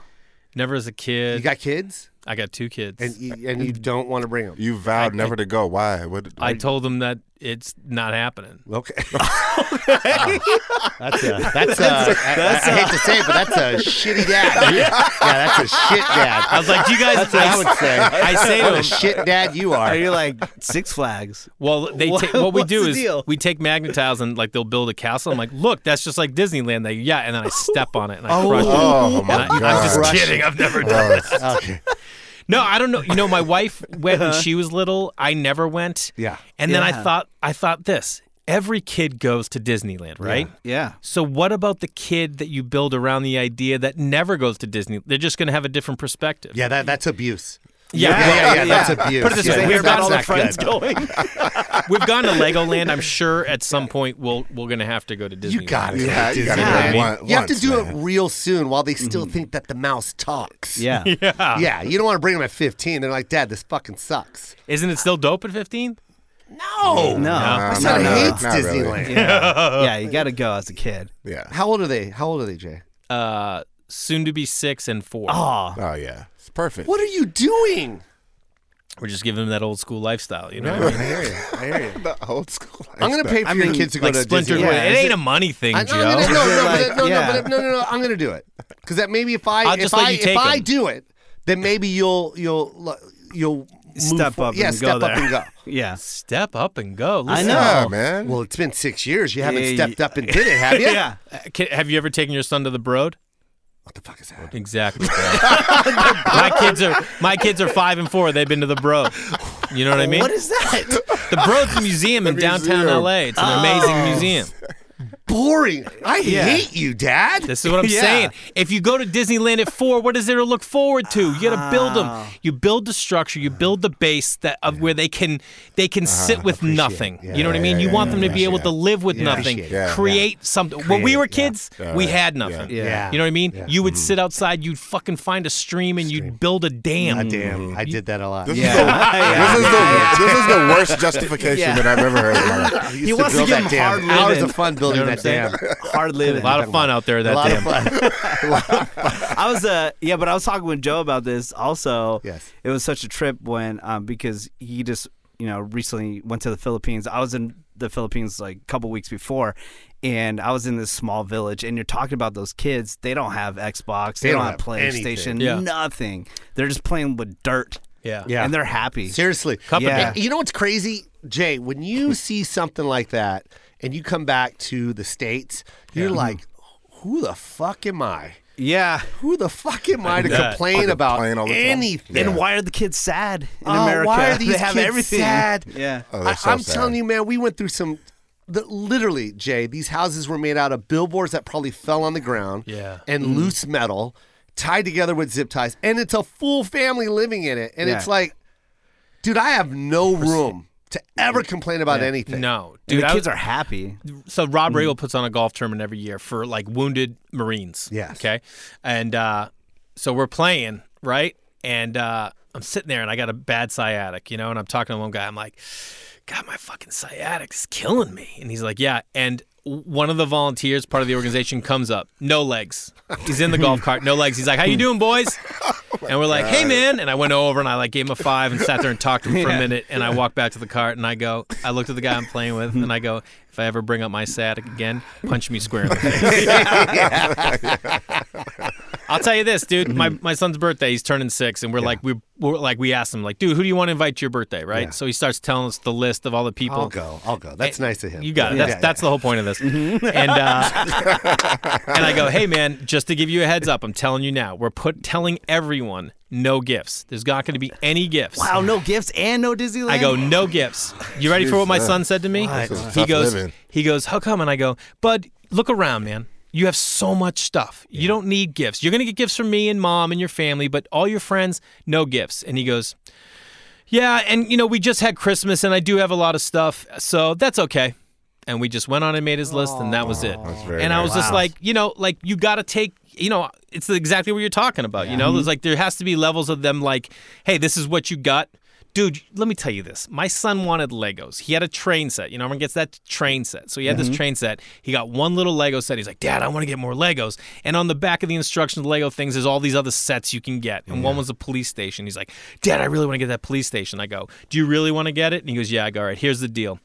F: Never as a kid.
D: You got kids,
F: I got two kids.
D: and you, and you don't want to bring them.
A: You vowed never to go.
D: [laughs]
A: Why? What?
F: I told them that it's not happening.
D: Okay. [laughs] that's a, that's, a, I- I, I hate to say it, but that's a shitty dad. [laughs] Yeah, that's a shit dad.
F: I was like, do you guys?
D: That's what I would [laughs] say.
F: I say to
D: What a [laughs]
F: them,
D: shit dad you
G: Are
D: are.
G: you like Six Flags?
F: Well, they
G: What-
F: take what we
G: what's
F: do
G: the
F: is
G: deal?
F: we take magnet tiles and like they'll build a castle. I'm like, look, that's just like Disneyland. They yeah, and then I step on it and I crush it.
A: Oh
F: And
A: my
F: I, I'm just
A: god!
F: kidding. [laughs] I've never done
A: Oh,
D: Okay.
F: No, I don't know. You know,
D: [laughs]
F: my wife went when she was little. I never went.
D: Uh-huh. Yeah.
F: And then I
G: Yeah.
F: thought, I thought this: every kid goes to Disneyland, right?
G: Yeah.
F: So what about the kid that you build around the idea that never goes to Disney? They're just going to have a different perspective.
D: Yeah, that, that's abuse.
F: Yeah.
D: Yeah, yeah, yeah, that's abuse.
F: Put it this
D: Yeah,
F: way:
D: that's
F: we've got all the
D: not
F: friends
D: good. [laughs]
F: going. we've gone to Legoland. I'm sure at some point we'll we're going to have to go to
D: [laughs]
F: Disneyland.
D: You got it.
A: Yeah, you gotta
F: Yeah.
A: go one-
D: You have to
A: once,
D: do
A: man.
D: it real soon while they still think that the mouse talks.
G: Yeah.
D: [laughs] Yeah, you don't want to bring them at 15. They're like, Dad, this fucking sucks.
F: Isn't it still dope at 15?
D: No.
G: No.
D: My
A: Nah,
D: son
A: no,
D: hates
A: not really.
D: Disneyland. [laughs]
G: Yeah. yeah, you got to go as a kid.
A: Yeah.
D: How old are they? How old are they, Jay?
F: Uh, soon to be six, and four.
G: Ah,
A: Oh yeah, it's perfect. [laughs]
D: What are you doing?
F: We're just giving them that old school lifestyle, you know?
A: the old school?
D: I'm gonna pay for your kids to go
F: like
D: to
F: splintered.
D: Disney.
F: away. it ain't a money thing,
D: I,
F: Joe.
D: no, I'm gonna, no, no, but, no,
G: Yeah.
D: no, but, no, no, no, I'm gonna do it because that maybe if I
F: I'll
D: if
F: just let
D: I
F: you
D: if
F: take
D: I
F: 'em.
D: do it, then maybe you'll you'll you'll move
G: step
D: for-
G: up.
D: yeah,
G: and
D: step
G: go there.
D: up and go.
G: yeah.
F: Step up and go. Listen,
G: know.
A: Yeah, man.
D: Well, it's been six years. You haven't
G: Yeah,
D: stepped up and did it, have
F: [laughs]
D: you?
G: Yeah.
F: uh, ca- have you ever taken your son to the Broad?
D: What the fuck is that?
F: Exactly. my kids are my kids are five and four. They've been to the Broad. You know what I mean?
G: What is that?
F: the Broad's a museum in downtown
A: museum.
F: LA. It's an amazing museum.
D: Boring. I hate you, Dad.
F: This is what I'm
G: Yeah.
F: saying. If you go to Disneyland at four, what is there to look forward to? You got to build them. You build the structure. You build the base that of where they can they can sit with nothing. you know what I mean? you want them to be able to live with nothing,
D: Appreciate it.
A: Yeah, yeah.
F: create something. when we
D: Create,
F: were
D: yeah.
F: kids, we had nothing.
G: Yeah.
D: Yeah.
F: You know what I mean? You would sit outside. You'd fucking find a stream and you'd build a dam.
D: God
F: mm.
D: damn, I did that a lot. [laughs]
A: This
D: Yeah.
A: is the, this is the, this is the worst justification
G: Yeah.
A: that I've ever heard
D: [laughs]
A: in my life.
G: He wants to
D: Build
G: give him
D: that dam.
G: hard living.
D: Hours of fun building
F: You know
D: that
F: what I'm
D: dam. [laughs]
G: hard living.
F: A lot of fun out there.
D: A
F: That
D: lot
F: dam.
D: of fun. [laughs]
G: I was uh yeah, but I was talking with Joe about this also.
D: Yes.
G: It was such a trip when um because he just you know recently went to the Philippines. I was in the Philippines like a couple weeks before and I was in this small village and you're talking about those kids, they don't have Xbox, they,
D: They
G: don't,
D: don't
G: have
D: have anything.
G: PlayStation,
F: Yeah.
G: nothing. They're just playing with dirt.
F: Yeah.
D: Yeah.
G: And they're happy.
D: Seriously.
F: Company.
G: Yeah.
D: You know what's crazy, Jay? When you see something like that and you come back to the states, you're like, "Who the fuck am I?
G: Yeah.
D: Who the fuck am I to
F: Yeah.
D: complain about
A: complain all the time.
D: anything?"
A: Yeah.
G: And why are the kids sad in
D: Oh,
G: America?
D: Why
G: [laughs]
D: are these
G: they have
D: kids
G: everything.
D: sad?
G: Yeah.
A: Oh,
D: I,
A: that's so
D: I'm
A: sad.
D: telling you, man, we went through some. The, literally, Jay, these houses were made out of billboards that probably fell on the ground
F: Yeah.
D: and loose metal tied together with zip ties. And it's a full family living in it. And
G: Yeah.
D: it's like, dude, I have no room to ever complain about anything.
F: No,
G: Dude,
F: dude.
G: the
F: I
G: kids
F: was-
G: are happy.
F: so Rob Riggle puts on a golf tournament every year for like wounded Marines.
D: Yes.
F: Okay. And uh, so we're playing, right? And uh, I'm sitting there and I got a bad sciatic, you know, and I'm talking to one guy. I'm like, God, my fucking sciatic's killing me. And he's like, Yeah. And w- one of the volunteers, part of the organization, comes up, no legs. He's in the golf cart, no legs. He's like, How you doing, boys? and we're like, Hey, man. And I went over and I like gave him a five and sat there and talked to him for a minute. And I walked back to the cart and I go, I looked at the guy I'm playing with and I go, If I ever bring up my sciatic again, punch me square in the face. I'll tell you this, dude. My, my son's birthday. He's turning six, and we're like we we're like we asked him like, dude, who do you want to invite to your birthday, right? So he starts telling us the list of all the people.
D: I'll go. I'll go. That's nice of him.
F: Eh, You got
D: Yeah,
F: it.
D: Mm-hmm.
F: That's
D: yeah,
F: that's the whole point of this. And
D: [laughs]
F: uh, and I go, hey man, just to give you a heads up, I'm telling you now, we're put telling everyone no gifts. There's not going to be any gifts.
G: Wow, no gifts and no Disneyland.
F: I go, no gifts. You ready for what my
A: Jesus.
F: son said to me?
A: is What?
F: He
A: tough
F: goes,
A: living.
F: he goes, how come? And I go, bud, look around, man. You have so much stuff. You don't need gifts. You're gonna get gifts from me and mom and your family, but all your friends, no gifts. And he goes, yeah, and you know we just had Christmas, and I do have a lot of stuff, so that's okay. And we just went on and made his list, and that was it.
A: very
F: and I
A: nice.
F: was just like, you know, like you got to take, you know, it's exactly what you're talking about. You know, there's like there has to be levels of them like, hey, this is what you got. Dude, let me tell you this. My son wanted Legos. He had a train set. You know, everyone gets that train set. So he had this train set. He got one little Lego set. He's like, Dad, I want to get more Legos. And on the back of the instructions, Lego things, there's all these other sets you can get. And one was a police station. He's like, Dad, I really want to get that police station. I go, Do you really want to get it? And he goes, Yeah. I go, All right, here's the deal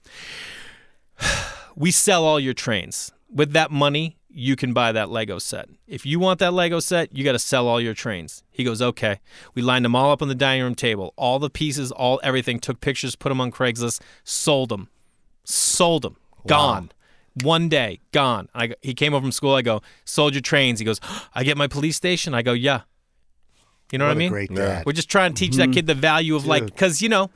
F: we sell all your trains. With that money, you can buy that Lego set. If you want that Lego set, you got to sell all your trains. He goes, okay. We lined them all up on the dining room table, all the pieces, all everything. Took pictures, put them on Craigslist, sold them, sold them, gone. One day, gone. I, go- he came over from school. I go, sold your trains. He goes, [gasps] I get my police station. I go, yeah. You know what, I mean?
D: Great
A: Yeah.
D: dad.
F: We're just trying to teach that kid the value of like, because you know,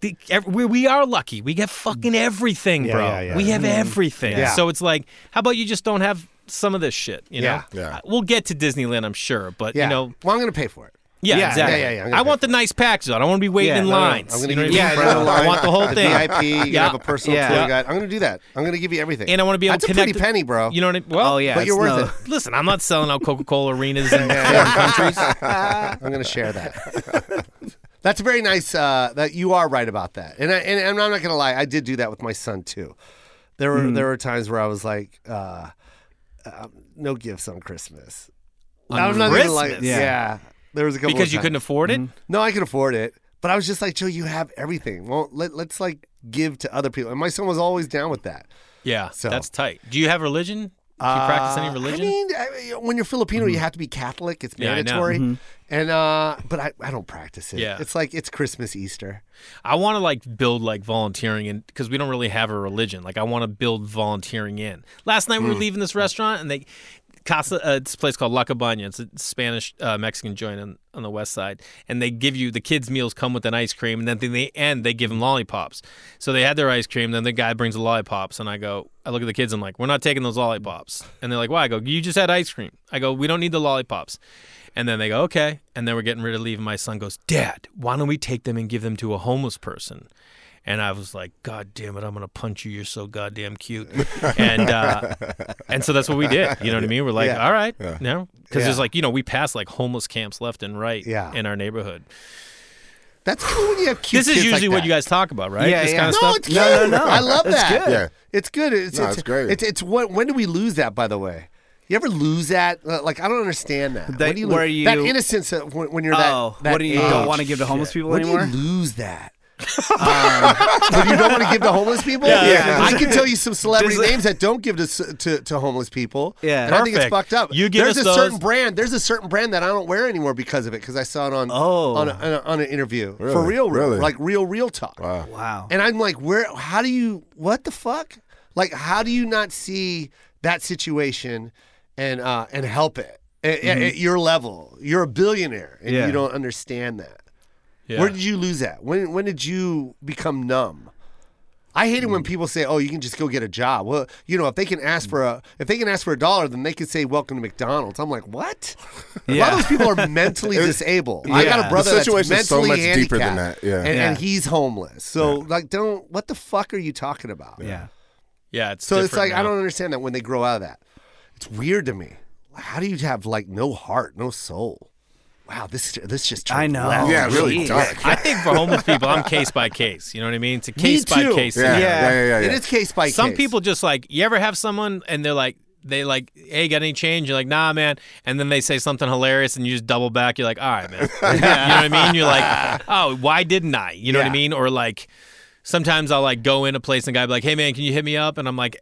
F: the, ev we, we are lucky. We get fucking everything, bro.
D: yeah, yeah.
F: We have everything.
D: Yeah.
F: So it's like, how about you just don't have some of this shit? You know,
A: Yeah. Yeah.
F: Uh, we'll get to Disneyland, I'm sure, but
D: Yeah.
F: you know,
D: well, I'm going to pay for it.
F: yeah,
D: yeah,
F: exactly.
D: yeah, yeah, I'm gonna
F: I
D: pay
F: want the nice package. though. I don't want to be waiting
G: Yeah,
F: in
G: no, no, no.
F: lines.
D: I'm going
F: you know
D: to
F: what
D: give
F: I
D: you
F: mean? [laughs]
D: front of the
F: I want the whole
D: line,
F: thing.
D: VIP. You
F: Yeah.
D: have a personal
G: Yeah.
D: tour guide. I'm going to do that. I'm going to give you everything.
F: And I want to be able
D: That's
F: to
D: a pretty
F: connect.
D: penny, bro.
F: You know what I mean? Well,
G: oh yeah,
D: but you're
G: it's
D: worth
G: no-
F: Listen, I'm not selling out Coca-Cola arenas and [laughs]
D: I'm going to share that. [laughs] That's very nice. Uh, that you are right about that, and I, and, and I'm not going to lie. I did do that with my son too. There
F: Mm.
D: were there were times where I was like, uh, um, no gifts on Christmas.
F: on
D: I'm not
F: Christmas
D: even like yeah.
G: Yeah.
D: There was a couple of
F: because you
D: times.
F: couldn't afford it.
D: No, I could afford it, but I was just like, Joe, you have everything. Well, let, let's like give to other people. And my son was always down with that.
F: Yeah,
D: So-
F: that's tight. Do you have religion? Do you practice any
D: Uh,
F: religion? Mm-hmm.
D: I mean, I- when you're Filipino, you have to be Catholic. It's
F: Yeah, I know. Mm-hmm.
D: mandatory. And uh, but I, I don't practice it.
F: Yeah.
D: It's like it's Christmas, Easter.
F: I want to like build like volunteering and because we don't really have a religion. Like I want to build volunteering in. Last night we were leaving this restaurant and they Casa, uh, it's a place called La Cabana. It's a Spanish uh, Mexican joint on, on the west side, and they give you the kids' meals come with an ice cream, and then at the end they give them lollipops. So they had their ice cream, then the guy brings the lollipops, and I go, I look at the kids, I'm like, we're not taking those lollipops, and they're like, why? I go, you just had ice cream. I go, we don't need the lollipops, and then they go, okay, and then we're getting ready to leave, and my son goes, Dad, why don't we take them and give them to a homeless person? And I was like, God damn it, I'm gonna punch you. You're so goddamn cute.
D: [laughs]
F: and uh, and so that's what we did. You know what I mean? We're like,
D: Yeah.
F: all right, no, because
D: Yeah.
F: there's like you know we pass like homeless camps left and right
D: Yeah.
F: in our neighborhood.
D: That's cool when you have cute.
F: this is
D: kids like
F: usually what
D: that.
F: you guys talk about, right?
G: Yeah,
F: this
G: yeah.
F: kind of
D: No,
F: stuff.
D: it's cute.
G: No, no, no.
D: I love
G: It's
D: that.
G: good.
A: Yeah.
D: It's good. It's,
A: No, it's great.
D: It's, it's what? When do we lose that? By the way, you ever lose that? Uh, Like I don't understand that.
G: That-
D: When do you
G: where
D: lose-
G: you-
D: that innocence of when, when you're
G: Oh,
D: that? that
G: what do you
D: age.
G: don't want to give to homeless people
D: When do you
G: anymore?
D: lose that? [laughs] um, when you don't want to give to homeless people.
G: Yeah. Yeah.
D: I can tell you some celebrity
G: Just like-
D: names that don't give to s- to, to homeless people.
G: Yeah.
D: and I think it's
F: Perfect.
D: fucked up.
F: You give
D: there's
F: us
D: a certain
F: those-
D: brand. There's a certain brand that I don't wear anymore because of it because I saw it on
G: Oh.
D: on, a, on, a, on an interview for
A: Really?
D: real, real
A: Really?
D: like real real talk. Wow.
G: Wow.
D: And I'm like, where? How do you? What the fuck? Like, how do you not see that situation and uh, and help it at, at- at your level? You're a billionaire and
G: Yeah.
D: you don't understand that.
F: Yeah.
D: Where did you lose that? When when did you become numb? I hate it
A: Hmm.
D: when people say, "Oh, you can just go get a job." Well, you know, if they can ask for a if they can ask for a dollar, then they can say, "Welcome to McDonald's." I'm like, what? A lot
G: Yeah.
D: of those people
A: [laughs]
D: are mentally disabled. I got
G: Yeah.
D: a brother
A: The
D: that's
A: situation's so
D: mentally
A: much deeper than
D: handicapped,
A: that, yeah.
D: and, and
G: Yeah.
D: he's homeless. So like, don't what the fuck are you talking about?
G: Yeah.
F: yeah, it's
D: So it's
F: different
D: like I
F: now.
D: don't understand that when they grow out of that, it's weird to me. How do you have like no heart, no soul? Wow, this this just
G: I
D: turned
G: know.
D: left.
A: Yeah, really
G: Jeez.
A: dark.
F: I think for homeless people, I'm case by case. You know what
D: [laughs]
F: I mean? It's a case by
D: too.
F: case.
A: Yeah, yeah,
F: scenario.
A: yeah, yeah. yeah,
D: It is case by
F: Some
D: case.
F: people just like you ever have someone and they're like they like hey got any change? You're like nah man, and then they say something hilarious and you just double back. You're like all right man, [laughs] you know what I mean? You're like oh why didn't I? You know what I
D: Yeah.
F: mean? Or like. Sometimes I'll like go in a place and the guy be like, "Hey man, can you hit me up?" And I'm like,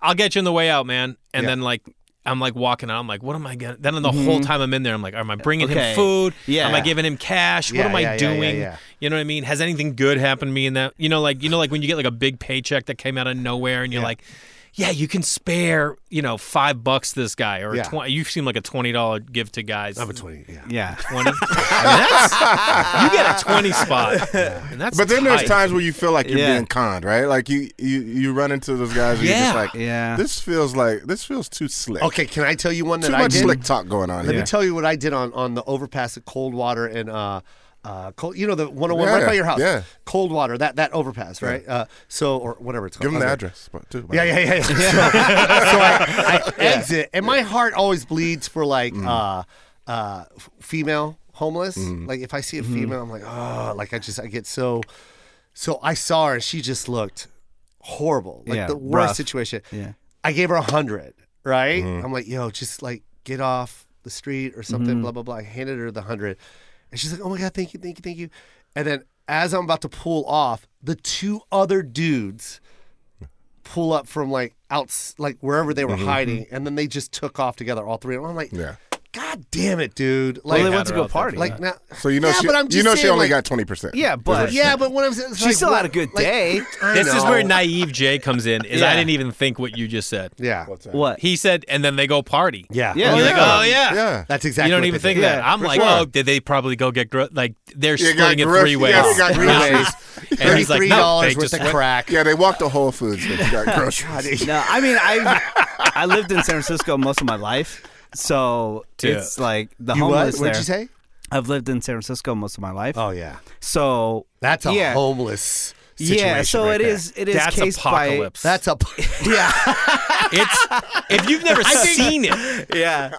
F: "I'll get you on the way out, man." And then like I'm like walking out, I'm like, "What am I gonna?" Then the
D: Mm-hmm.
F: whole time I'm in there, I'm like, "Am I bringing
G: Okay.
F: him food?
G: Yeah.
F: Am I giving him cash?
D: Yeah,
F: what am I
D: yeah, yeah, yeah,
F: doing?"
D: yeah.
F: You know what I mean? Has anything good happened to me in that? You know, like you know, like when you get like a big paycheck that came out of nowhere, and you're like, yeah, you can spare you know five bucks this guy or
D: Yeah.
F: twenty. You seem like a twenty dollar give to guys.
D: I'm a twenty. Yeah.
G: Yeah.
F: [laughs]
D: [laughs]
F: Twenty. I mean, that's- you get a twenty spot, and that's
A: But then there's
F: tight.
A: times where you feel like you're
G: Yeah.
A: being conned, right? Like you, you you run into those guys and
F: Yeah.
A: you're just like,
G: Yeah.
A: this feels like this feels too slick.
D: Okay, can I tell you one that
A: too
D: I
A: much
D: did?
A: slick talk going on
D: Let
A: here.
D: me tell you what I did on on the overpass at Coldwater and uh, uh, cold, you know the 101
A: Yeah,
D: right by your house.
A: yeah.
D: Coldwater, that that overpass, right? Uh, so or whatever it's called.
A: Give them the
D: Okay.
A: address, but too.
D: Yeah, yeah, yeah. yeah. so so
G: [laughs]
D: I, I exit, and my heart always bleeds for like
G: Mm.
D: uh, uh, f- female homeless. Like if I see
G: Mm-hmm.
D: a female, I'm like, oh, like I just I get so. So I saw her, and she just looked horrible, like
G: Yeah,
D: the worst
G: rough.
D: situation.
G: Yeah. Mm-hmm.
D: I gave her a hundred, right? I'm like, yo, just like get off the street or something,
G: Mm-hmm.
D: blah blah blah. I handed her the hundred, and she's like, oh my god, thank you, thank you, thank you. And then as I'm about to pull off, the two other dudes pull up from like out like wherever they were hiding, and then they just took off together, all three. And I'm like,
A: Yeah.
D: God damn it, dude! Like,
G: Well, they
F: had
G: went to
F: her
G: go
F: out there
G: party.
D: like now,
A: So you know,
D: yeah,
A: she,
D: but I'm just
A: you know, she
D: saying,
A: only
D: like-
A: got twenty percent.
G: yeah, but
D: yeah, but what I'm saying,
G: she still had a good [laughs] day.
F: This is where
D: not.
F: naive Jay comes in. Is I
G: Yeah.
F: didn't even think what you just said.
D: Yeah,
G: What?
F: He said, and then they go party.
D: yeah,
G: Yeah.
F: And you're like,
A: Yeah.
F: oh yeah.
A: yeah.
D: That's exactly.
F: you don't
D: what
F: even
D: they
F: think
D: did.
F: that. I'm like,
A: sure.
F: oh, did they probably go get gro- like they're
A: You got
F: splitting it
A: grocery-
F: three ways?
A: Yeah, you
F: [laughs]
D: [laughs]
A: got
D: Three ways.
F: And he's like,
D: Thirty-three
F: no, they
D: dollars
F: just
D: worth of
F: went-
D: crack.
A: Yeah, they walked to Whole Foods and
D: [laughs]
A: got groceries. [laughs]
G: No, I mean I I lived in San Francisco most of my life, so
F: Dude.
G: it's like the
D: You what?
G: homeless
D: What'd
G: there-
D: you say?
G: I've lived in San Francisco most of my life.
D: Oh yeah,
G: So
D: that's a
G: Oh, yeah,
D: homeless
F: situation.
G: yeah, so
F: right
G: it
F: there.
G: is. It is
F: That's
G: case
F: apocalypse.
D: That's a yeah.
F: it's if you've [laughs] never seen it.
G: By, yeah,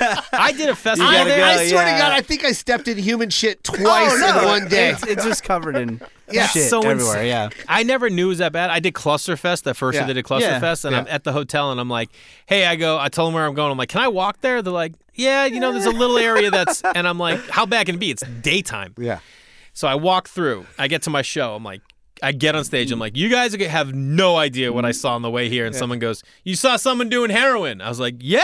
F: I did a festival.
D: I,
G: gotta go,
D: I swear to
G: yeah.
D: God, I think I stepped in human shit twice Oh, in one day.
G: It's, it's just covered in
D: [laughs] Yeah.
G: shit
F: So
G: everywhere.
F: insane.
G: Yeah,
F: I never knew it was that bad. I did Clusterfest, the first
D: Yeah.
F: I did at Clusterfest, and I'm at the hotel and I'm like, hey, I go, I told them where I'm going. I'm like, can I walk there? They're like, yeah, you know, there's a little area that's, and I'm like, how bad can it be? It's daytime.
D: Yeah.
F: So I walk through, I get to my show, I'm like, I get on stage, I'm like, you guys are gonna have no idea what I saw on the way here. And someone goes, you saw someone doing heroin. I was like, yeah.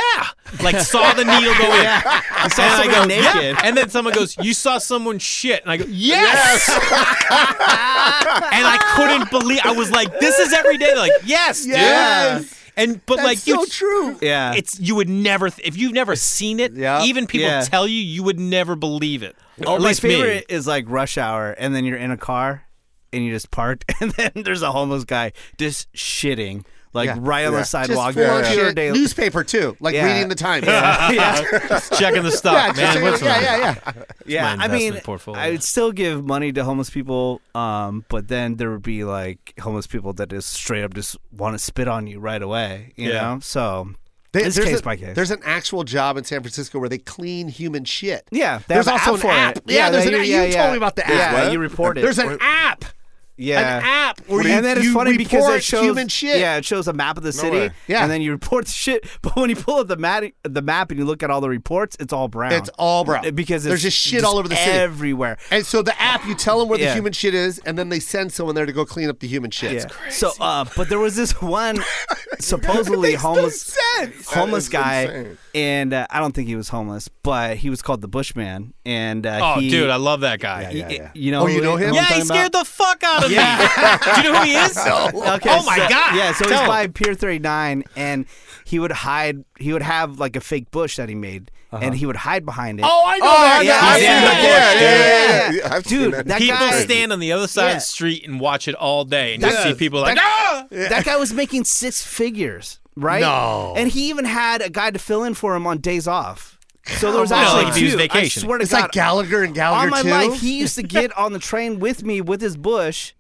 F: Like, saw
G: [laughs]
F: the needle go in. I saw and
G: someone
F: I go,
G: naked.
F: Yeah. And then someone goes, you saw someone shit. And I go, yes and I couldn't believe. I was like, "This is every day." They're like, "Yes, dude."
G: Yes.
F: And but like, you,
D: true.
G: yeah.
F: it's you would never th- if you've never seen it.
D: Yeah.
F: Even people
G: Yeah.
F: tell you, you would never believe it. At
G: my
F: least me.
G: favorite is like rush hour, and then you're in a car, and you just parked, [laughs] and then there's a homeless guy just shitting like
D: Yeah.
G: right on the
D: Just
G: sidewalk.
D: full of
G: Pure
D: shit.
G: day- [laughs]
D: Newspaper too, like
G: Yeah.
D: reading the Times. [laughs]
F: Just [laughs] checking the
G: [laughs]
D: Yeah,
F: stock,
D: just
F: man.
D: saying,
F: What's
D: yeah,
F: up?
D: yeah, yeah.
G: yeah,
F: my
G: I mean,
F: investment portfolio.
G: I would still give money to homeless people, um, but then there would be like homeless people that just straight up just want to spit on you right away, you
F: Yeah.
G: know. So
D: They-
G: it's
D: there's
G: case
D: a-
G: by case.
D: There's an actual job in San Francisco where they clean human shit.
G: yeah, they
D: there's
G: have an
D: also
G: app
D: an
G: for
D: app.
G: it.
D: Yeah, there's an
G: they-
D: app. You told me about the
G: Yeah,
D: app.
G: you report it.
D: There's an app.
G: yeah.
D: An app where you,
G: and then it's
D: you
G: funny because
D: report
G: it shows
D: human shit.
G: Yeah, it shows a map of the city.
A: way.
D: Yeah.
G: and then you report the shit. [laughs] But when you pull up the map, the map and you look at all the reports, it's all brown.
D: It's all brown.
G: because
D: There's
G: it's
D: just shit all over the city.
G: everywhere.
D: And so the app, you tell them where the
G: Yeah.
D: human shit is, and then they send someone there to go clean up the human shit.
G: Yeah. So, uh, but there was this
D: [laughs]
G: one supposedly homeless
A: That is
G: homeless guy,
A: insane.
G: and uh, I don't think he was homeless, but he was called the Bushman, and uh,
F: Oh,
G: he,
F: dude, I love that guy. Yeah,
G: y- you know,
D: Oh, you
G: who-
D: know him?
G: who I'm
F: he
G: talking about?
F: scared the fuck out of me. [laughs] Do you know who he is?
G: Okay,
F: oh my
G: so-
F: god.
G: Yeah, so he's
F: Tell him. [laughs]
G: by Pier 39, and he would hide. He would have like a fake bush that he made, and he would hide behind it.
D: Oh, I know that.
G: yeah,
D: I've
G: yeah,
D: seen that.
G: yeah,
D: Yeah, yeah,
G: yeah,
D: yeah.
G: yeah.
A: I've seen
G: Dude,
A: that.
G: that
F: people
G: guy-
F: stand on the other side
G: Yeah.
F: of the street and watch it all day, and you see people like, "Ah!"
G: that, that guy was making six figures, right?
D: No.
G: and he even had a guy to fill in for him on days off. So there was
F: Come
G: actually
F: on. Like
G: two.
F: he was
G: I
F: vacationing.
G: swear to
D: It's
G: God,
D: like Gallagher and Gallagher
G: on my
D: too.
G: life, he used
D: [laughs]
G: to get on the train with me with his bush.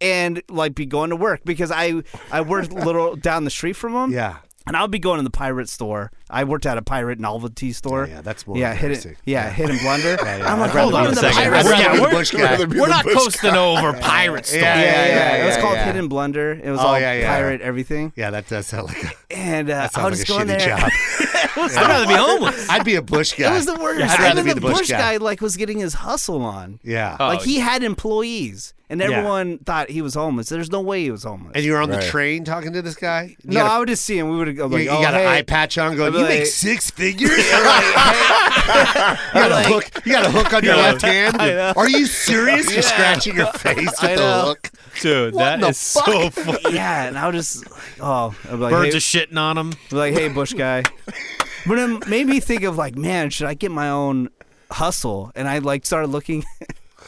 G: And like be going to work because I I worked a little down the street from him.
D: yeah.
G: And I'll be going to the pirate store. I worked at a pirate novelty store.
D: Yeah, yeah, that's more
G: Yeah, hit
D: embarrassing.
G: it. Yeah, hit and
D: [laughs]
G: blunder. I'm
D: I'd
G: like,
D: rather
G: hold
D: be
G: on
D: the
G: a
D: second.
G: second.
D: I'd rather
F: Yeah,
D: be the
F: we're-
D: Bush guy.
A: Rather be
F: "We're
A: the
F: not
A: bush
F: coasting
A: guy.
F: [laughs] over pirate stuff."
G: Yeah, yeah, yeah. It was
D: yeah,
G: called
D: yeah.
G: hit and blunder. It was
D: Oh,
G: all
D: yeah, yeah.
G: pirate everything.
D: Yeah, that does sound like a,
G: And uh,
D: sounds
G: I was
D: like
G: just
D: a
G: going
D: shitty
G: there.
D: job.
F: I'd rather be homeless.
D: [laughs] I'd be a Bush guy.
G: [laughs] It was the worst.
D: Yeah, I'd
G: And
D: rather
G: then
D: be the
G: the
D: Bush
G: Bush
D: guy.
G: guy like was getting his hustle on.
D: Yeah.
G: Like he had employees, and everyone thought he was homeless. There's no way he was homeless.
D: and you were on the
A: Right.
D: train talking to this guy. You
G: no,
D: got a-
G: I would just see him. We would go
D: you,
G: like,
D: you
G: oh,
D: got
G: hey.
D: an eye patch on, going.
G: I'd be
D: You make [laughs]
G: like-
D: six figures. [laughs] you got a hook. You got a hook on your [laughs] left hand. Are you serious? [laughs] You're scratching your face with
G: I
D: the
G: know.
D: hook.
F: Dude, that
D: the
F: is so funny.
G: Yeah, and I would just oh, I'd be like,
F: Birds
G: hey,
F: are shitting on him.
G: be like, hey, Bush guy. But it made me think of like, man, should I get my own hustle? And I like started looking.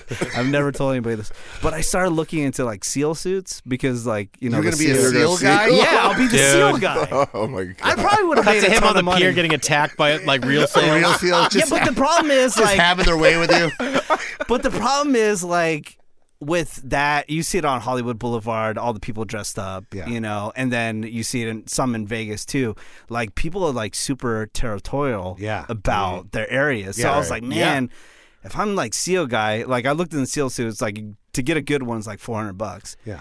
G: [laughs] I've never told anybody this, but I started looking into like SEAL suits because like you know
D: You're
G: the
D: gonna be a
G: SEAL-
D: seal
A: Seal
D: guy.
G: Yeah, I'll be the
F: Dude.
G: SEAL guy.
A: [laughs] Oh my
G: I
A: god.
G: probably would have
F: Cut
G: made
F: to
G: a
F: him
G: ton
F: on the
G: of money.
F: pier getting attacked by like [laughs] real
D: A
F: sailors.
D: real seal.
G: yeah,
D: Just,
G: but the problem is
D: just
G: like,
D: having their way with you. [laughs]
G: but the problem is like with that you see it on hollywood boulevard all the people dressed up
D: Yeah.
G: you know and then you see it in some in vegas too like people are like super territorial
D: Yeah. Mm-hmm.
G: about their areas so
D: Yeah,
G: i was
D: right.
G: like man if i'm like seal guy like i looked in the seal suits like to get a good one is like 400 bucks
D: Yeah.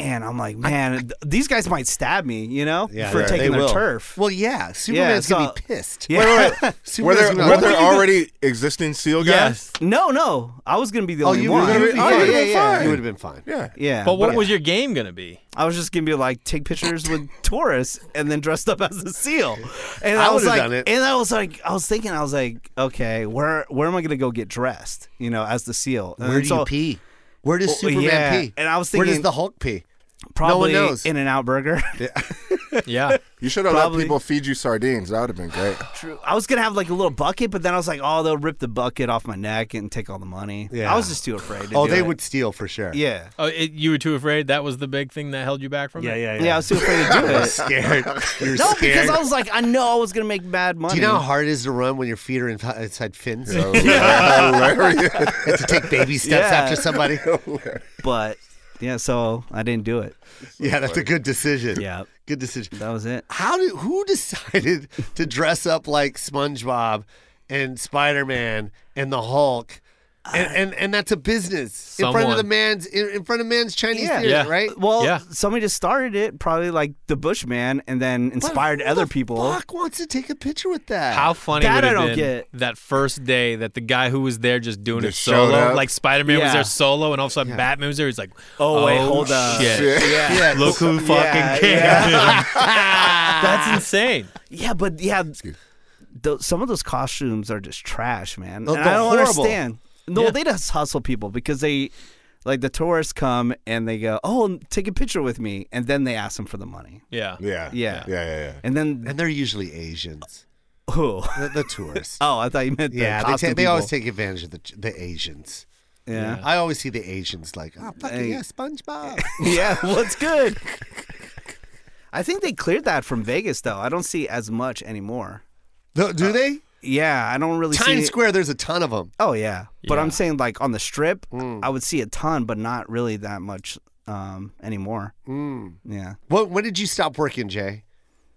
G: and i'm like man th- these guys might stab me you know
D: Yeah,
G: for
D: they-
G: taking
D: they
G: their
D: will.
G: turf
D: Well, yeah, Superman's gonna be
G: so-
D: pissed.
G: yeah.
A: Were
D: [laughs] Superman's
A: there,
D: gonna be
A: were
D: like,
A: there
D: "What are you doing?"
A: already existing seal guys?
G: no no i was gonna be the
D: Oh,
G: only
D: you
G: one
D: were gonna be-
A: I
G: yeah,
A: would've
G: yeah,
A: been
G: yeah.
A: fine.
D: You would have been fine.
A: Yeah.
G: yeah
F: But what was your game gonna
D: [laughs]
F: be?
G: I was just gonna be like, take pictures with tourists and then dressed up as a seal. And
D: I
G: I, was
D: would've
G: like,
D: done it.
G: and I was like, I was thinking, I was like, okay, where where am I gonna go get dressed? You know, as the seal. And
D: Where do
G: so-
D: you pee? Where does
G: Well,
D: Superman
G: yeah,
D: pee?
G: and I was
D: where does
G: thinking-
D: the Hulk pee?
G: Probably
D: knows.
G: in and out burger.
F: Yeah.
A: You should have
G: Probably.
A: let people feed you sardines. That would have
D: [laughs]
A: been great.
G: [laughs]
A: [laughs]
G: True. I was gonna have like a little bucket, but then I was like, oh, they'll rip the bucket off my neck and take all the money.
D: Yeah.
G: I was just too afraid. To
D: Oh,
G: do
D: they
G: it.
D: would steal for sure.
G: Yeah.
F: Oh, it, you were too afraid. That was the big thing that held you back from it.
G: yeah, I was too afraid
D: [laughs]
G: to do it.
D: Scared. You're
G: No,
D: scared.
G: because I was like, I know I was gonna make bad money.
D: Do you know how hard it is to run when your feet are in- inside fins? [laughs]
A: Hilarious.
G: [laughs]
D: to take baby steps
G: Yeah.
D: after somebody.
G: but Yeah, so I didn't do it.
D: Yeah, that's a good decision.
G: Yeah.
D: Good decision.
G: That was it.
D: How did who [laughs] decided to dress up like SpongeBob and Spider-Man and the Hulk? And, and and that's a business in front of
F: Someone.
D: the man's in, in front of man's Chinese
G: Yeah.
D: theater,
F: Yeah.
D: right?
G: Uh, Well,
F: Yeah.
G: somebody just started it, probably like the Bushman, and then inspired
D: Who
G: other
D: the
G: people. [laughs]
D: Fuck wants to take a picture with that.
F: How funny
G: That
F: would
G: I
F: it
G: don't
F: been
G: get.
F: that first day that the guy who was there just doing
A: Just
F: it solo,
A: showed up?
F: like Spider Man
G: Yeah.
F: was there solo, and all of a sudden Batman was there. He's like,
G: Oh, wait, hold up."
F: shit.
A: Yeah.
D: Yeah.
F: Look who fucking
G: Yeah,
F: came.
G: [laughs]
F: That's insane.
G: Yeah, but yeah, tho- some of those costumes are just trash, man.
D: Oh,
G: And
D: they're
G: I don't
D: horrible.
G: understand. No, they just hustle people because they, like, the tourists come and they go, "Oh, take a picture with me," and then they ask them for the money,
F: Yeah.
A: Yeah.
G: Yeah.
A: Yeah. Yeah. yeah.
G: and then [laughs]
D: and they're usually Asians.
G: oh,
D: The, the tourists.
G: oh, I thought you meant the
D: yeah, they,
G: costume
D: ta- they always
G: people.
D: take advantage of the the Asians.
G: yeah.
D: I always see the Asians like, oh, fucking
G: Hey.
D: yeah, [laughs] SpongeBob.
G: [laughs] yeah, what's good? I think they cleared that from Vegas though. I don't see as much anymore.
D: do, do [laughs] they?
G: Yeah, I don't really see
D: Times Square, there's a ton of them.
G: Oh yeah. But I'm
F: Yeah.
G: saying like on the strip,
D: Mm.
G: I would see a ton, but not really that much um anymore.
D: Mm.
G: Yeah.
D: What, when did you stop working, Jay?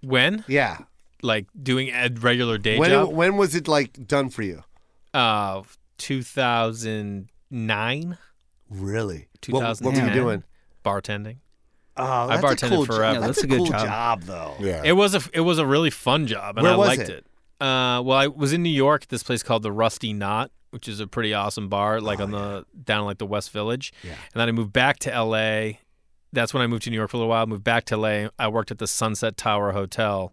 F: When?
D: Yeah.
F: Like doing a regular day
D: When,
F: job?
D: when was it like done for you?
F: Uh, 2009,
D: Really? What, what
F: 2010.
D: were you doing?
F: Bartending.
D: Oh,
F: I
D: that's a
F: bartended
D: cool
F: forever.
D: job.
F: Yeah,
D: That's,
G: that's
D: a,
G: a good
D: cool job,
G: job.
D: though.
A: Yeah.
F: It was a it was a really fun job, and
D: Where
F: I
D: was
F: liked
D: it?
F: it. Uh, well, I was in New York at this place called the Rusty Knot, which is a pretty awesome bar,
D: Oh,
F: like on the down like the West Village. Yeah. And then I moved back to L.A. That's when I moved to New York for a little while. Moved back to L.A. I worked at the Sunset Tower Hotel,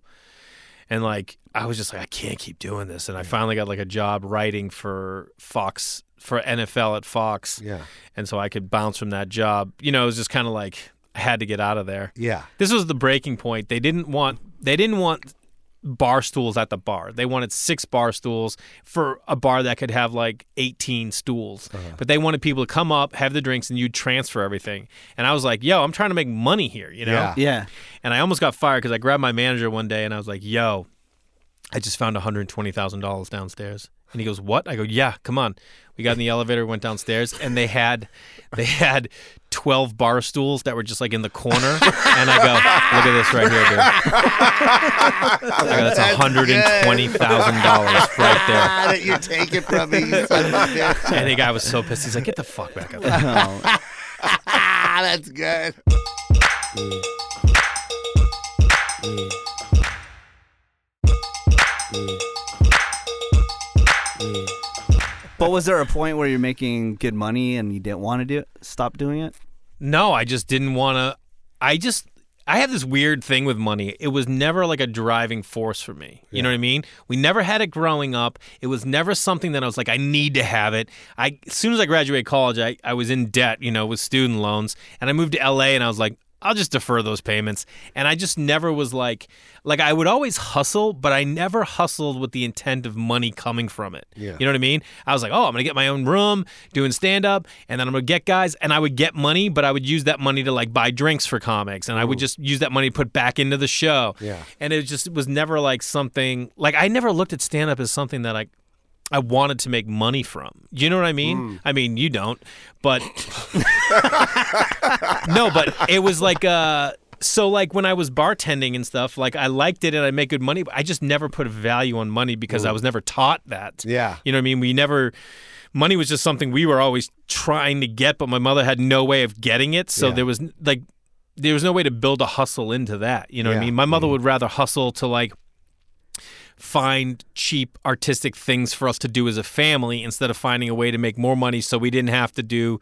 F: and like I was just like I can't keep doing this. And I finally got like a job writing for Fox for NFL at Fox.
D: Yeah.
F: And so I could bounce from that job. You know, it was just kind of like I had to get out of there.
D: Yeah.
F: This was the breaking point. They didn't want they didn't want bar stools at the bar. They wanted six bar stools for a bar that could have like 18 stools. But they wanted people to come up, have the drinks and you transfer everything. And I was like, "Yo, I'm trying to make money here, you know?"
D: Yeah.
G: [laughs] Yeah.
F: And I almost got fired cuz I grabbed my manager one day and I was like, "Yo, I just found $120,000 downstairs." And he goes, "What?" I go, "Yeah, come on." We got in the elevator, went downstairs, and they had they had 12 bar stools that were just like in the corner. And I go, "Look at this right here, dude." I go, "That's $120,000 right there."
D: [laughs] Ah, that you're taking from me. you son of a bitch.
F: And the guy was so pissed. He's like, "Get the fuck back up." there."
D: [laughs]
G: Oh.
D: Ah, that's good.
G: But was there a point where you're making good money and you didn't want to do it? Stop doing it?
F: No, I just didn't want to. I just I have this weird thing with money. It was never like a driving force for me. You know what I mean? We never had it growing up. It was never something that I was like, I need to have it. I as soon as I graduated college, I, I was in debt, you know, with student loans, and I moved to LA, and I was like. I'll just defer those payments. And I just never was like, like I would always hustle, but I never hustled with the intent of money coming from it. Yeah. You know what I mean? I was like, oh, I'm going to get my own room doing stand up and then I'm going to get guys and I would get money, but I would use that money to like buy drinks for comics and I would just use that money to put back into the show. Yeah. And it just was never like something, like I never looked at stand up as something that I, I wanted to make money from. You know what I mean?
D: Mm.
F: I mean, you don't, but no, but it was like uh so like when I was bartending and stuff, like I liked it and I make good money, but I just never put a value on money because I was never taught that.
D: Mm. Yeah.
F: You know what I mean? We never money was just something we were always trying to get, but my mother had no way of getting it. So there was n- like there was no way to build a hustle into that. You know what I
D: Yeah. Mm.
F: mean? My mother would rather hustle to like find cheap artistic things for us to do as a family instead of finding a way to make more money so we didn't have to do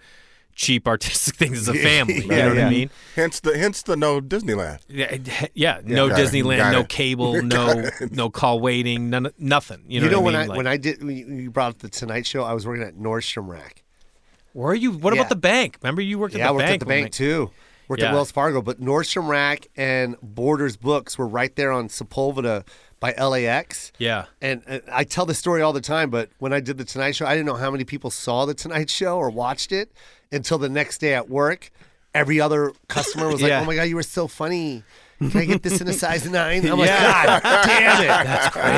F: cheap artistic [laughs] things as
D: [laughs]
F: a family. you know what I mean?
A: Hence the hence the no Disneyland.
F: Yeah, yeah, no
A: got it,
F: Disneyland,
A: got
F: no
D: [laughs]
A: it.
F: cable, no no call waiting, none, nothing. You know, what
D: when
F: I
D: I
F: mean? Like,
D: when I did when you you brought up the Tonight Show, I was working at Nordstrom Rack.
F: were you? What
D: Yeah.
F: about the bank? Remember you worked
D: Yeah, I
F: at the
D: worked
F: bank?
D: at the
F: when
D: bank too. Worked at
F: Yeah.
D: Wells Fargo, but Nordstrom Rack and Borders Books were right there on Sepulveda by LAX.
F: Yeah.
D: And, and I tell this story all the time, but when I did the Tonight Show, I didn't know how many people saw the Tonight Show or watched it until the next day at work. Every other customer
F: [laughs]
D: was like,
G: Yeah.
D: "Oh my god, you were so funny." Can I get this in a size nine? I'm like, God damn
F: [laughs]
D: it. That's crazy. Oh,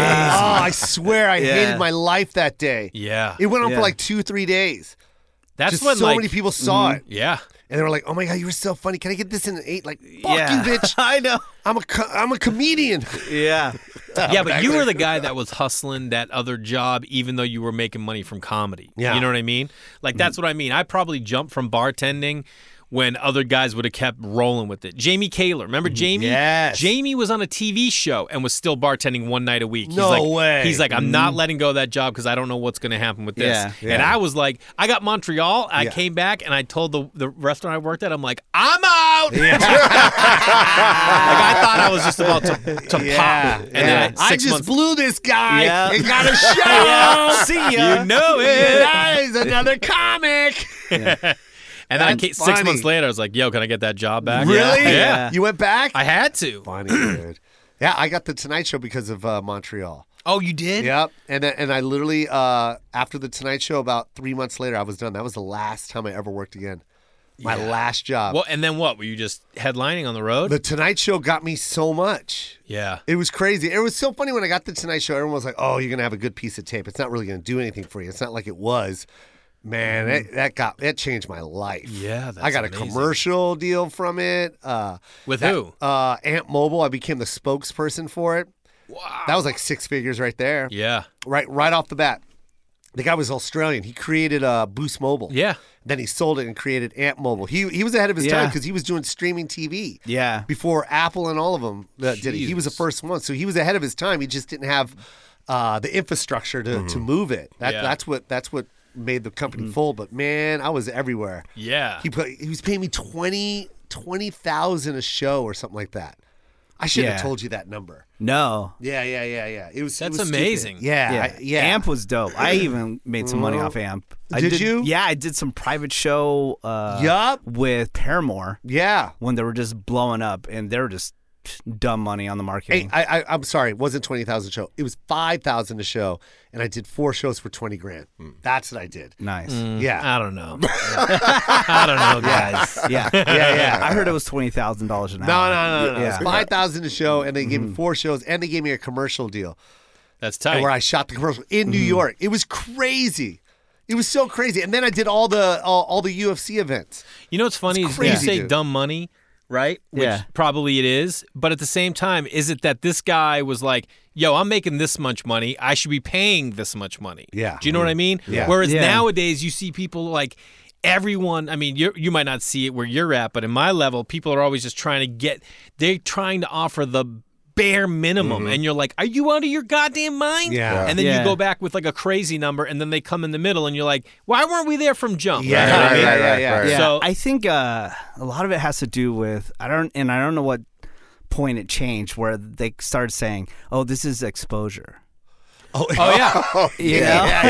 D: I swear I hated my life that day.
F: Yeah.
D: It went on
G: Yeah.
D: for like two, three days.
F: That's
D: Just
F: when
D: so
F: like mm-hmm.
D: many people saw it.
F: Yeah,
D: and they were like, "Oh my god, you were so funny! Can I get this in an eight? Like, fuck
G: yeah.
D: you, bitch!
G: [laughs] I know.
D: I'm a co- I'm a comedian.
G: Yeah.
D: [laughs]
F: yeah, but you were the guy that was hustling that other job, even though you were making money from comedy.
D: Yeah. Mm-hmm.
F: you know what I mean. Like that's what I mean. I probably jumped from bartending when other guys would have kept rolling with it. Jamie Kaler, remember Jamie?
D: Mm-hmm. Yes.
F: Jamie was on a TV show and was still bartending one night a week.
D: No
F: he's like,
D: way. Mm-hmm.
F: He's like, I'm not letting go of that job because I don't know what's going to happen with this.
G: Yeah,
F: And I was like, I got Montreal. I
D: Yeah.
F: came back and I told the the restaurant I worked at, I'm like, I'm out. [laughs] Like I thought I was just about to,
D: [laughs]
F: to
D: Yeah,
F: pop, and then I,
D: I
F: six
D: just
F: months.
D: blew this guy
G: Yeah.
D: and got a
F: [laughs]
D: show.
G: See
F: you know it.
D: that is another comic.
F: And then I
D: That's
F: came, six
D: funny.
F: months later, I was like, "Yo, can I get that job back?"
D: Really?
F: Yeah.
G: Yeah.
D: You went back?
F: I had to.
D: Funny, dude. Yeah, I got the Tonight Show because of uh,
G: [laughs]
D: Montreal.
F: Oh, you did?
D: Yep. And then- and I literally uh, after the Tonight Show, about three months later, I was done. That was the last time I ever worked again. My last job.
F: Well, and then what? Were you just headlining on the road?
D: The Tonight Show got me so much.
F: yeah.
D: It was crazy. It was so funny when I got the Tonight Show. Everyone was like, "Oh, you're gonna have a good piece of tape. It's not really gonna do anything for you. It's not like it was." Man, that, that got that changed my life.
F: Mm-hmm. Yeah, that's
D: I got a
F: amazing.
D: commercial deal from it. Uh,
F: With
D: that-
F: who?
D: Uh, Amp Mobile. I became the spokesperson for it.
F: Wow.
D: That was like six figures right there.
F: Yeah.
D: Right, right off the bat. The guy was Australian. He created uh, Boost Mobile.
F: Yeah.
D: Then he sold it and created Amp Mobile. He he was ahead of his
G: Yeah.
D: time because he was doing streaming TV
G: Yeah.
D: before Apple and all of them that did it. He was the
F: Jeez.
D: first one, so he was ahead of his time. He just didn't have uh, the infrastructure to, to move it. That,
F: Mm-hmm. Yeah. Mm-hmm.
D: That's what that's what made the company full. But man, I was everywhere.
F: Yeah.
D: He put, he was paying me twenty twenty thousand a show or something like that. I should not
G: Yeah.
D: have told you that number.
G: No.
D: Yeah, yeah, yeah, yeah. It was it
F: That's
D: was stupid.
F: amazing.
D: Yeah, yeah. I, yeah. Mm-hmm.
G: Amp was dope. I even made some money off Amp. I
D: Did you?
G: Yeah, I did some private show uh
D: Yup.
G: with Paramore
D: Yeah.
G: when they were just blowing up and they were just dumb money on the
D: Hey,
G: marketing.
D: I, I, I'm sorry. It wasn't twenty thousand a show. It was five thousand a show, and I did four shows for twenty grand. That's what I did.
G: nice.
F: Mm.
D: Yeah.
F: I
D: [laughs]
F: don't know. I don't know, guys.
G: [laughs] Yeah.
D: Yeah, yeah.
G: I heard it was twenty thousand dollars an hour.
D: No, no, no, no.
G: Yeah.
D: It's five thousand a show, and they gave me four shows, and they gave me a commercial deal
F: That's tight.
D: where I shot the commercial in New York. It was crazy. It was so crazy. And then I did all the all, all the UFC events.
F: You know what's funny is you
D: crazy,
F: say
D: dude.
F: dumb money, right? Which
G: Yeah.
F: probably it is, but at the same time, is it that this guy was like, "Yo, I'm making this much money. I should be paying this much money."
D: Yeah. Mm-hmm.
F: Do you know what I mean?
D: Yeah.
F: Whereas
G: Yeah.
F: nowadays, you see people like everyone. I mean, you you might not see it where you're at, but in my level, people are always just trying to get. They're trying to offer the bare minimum and you're like are you out of your goddamn mind
D: Mm-hmm. Yeah.
F: and then you
G: Yeah.
F: go back with like a crazy number and then they come in the middle and you're like why weren't we there from jump
D: [laughs]
F: You know what I mean?
A: right, right, right, right.
G: Yeah,
F: So-
G: I think uh, a lot of it has to do with I don't, and I don't know what point it changed where they started saying, "Oh, this is exposure."
F: oh yeah
G: You know?
A: yeah, yeah,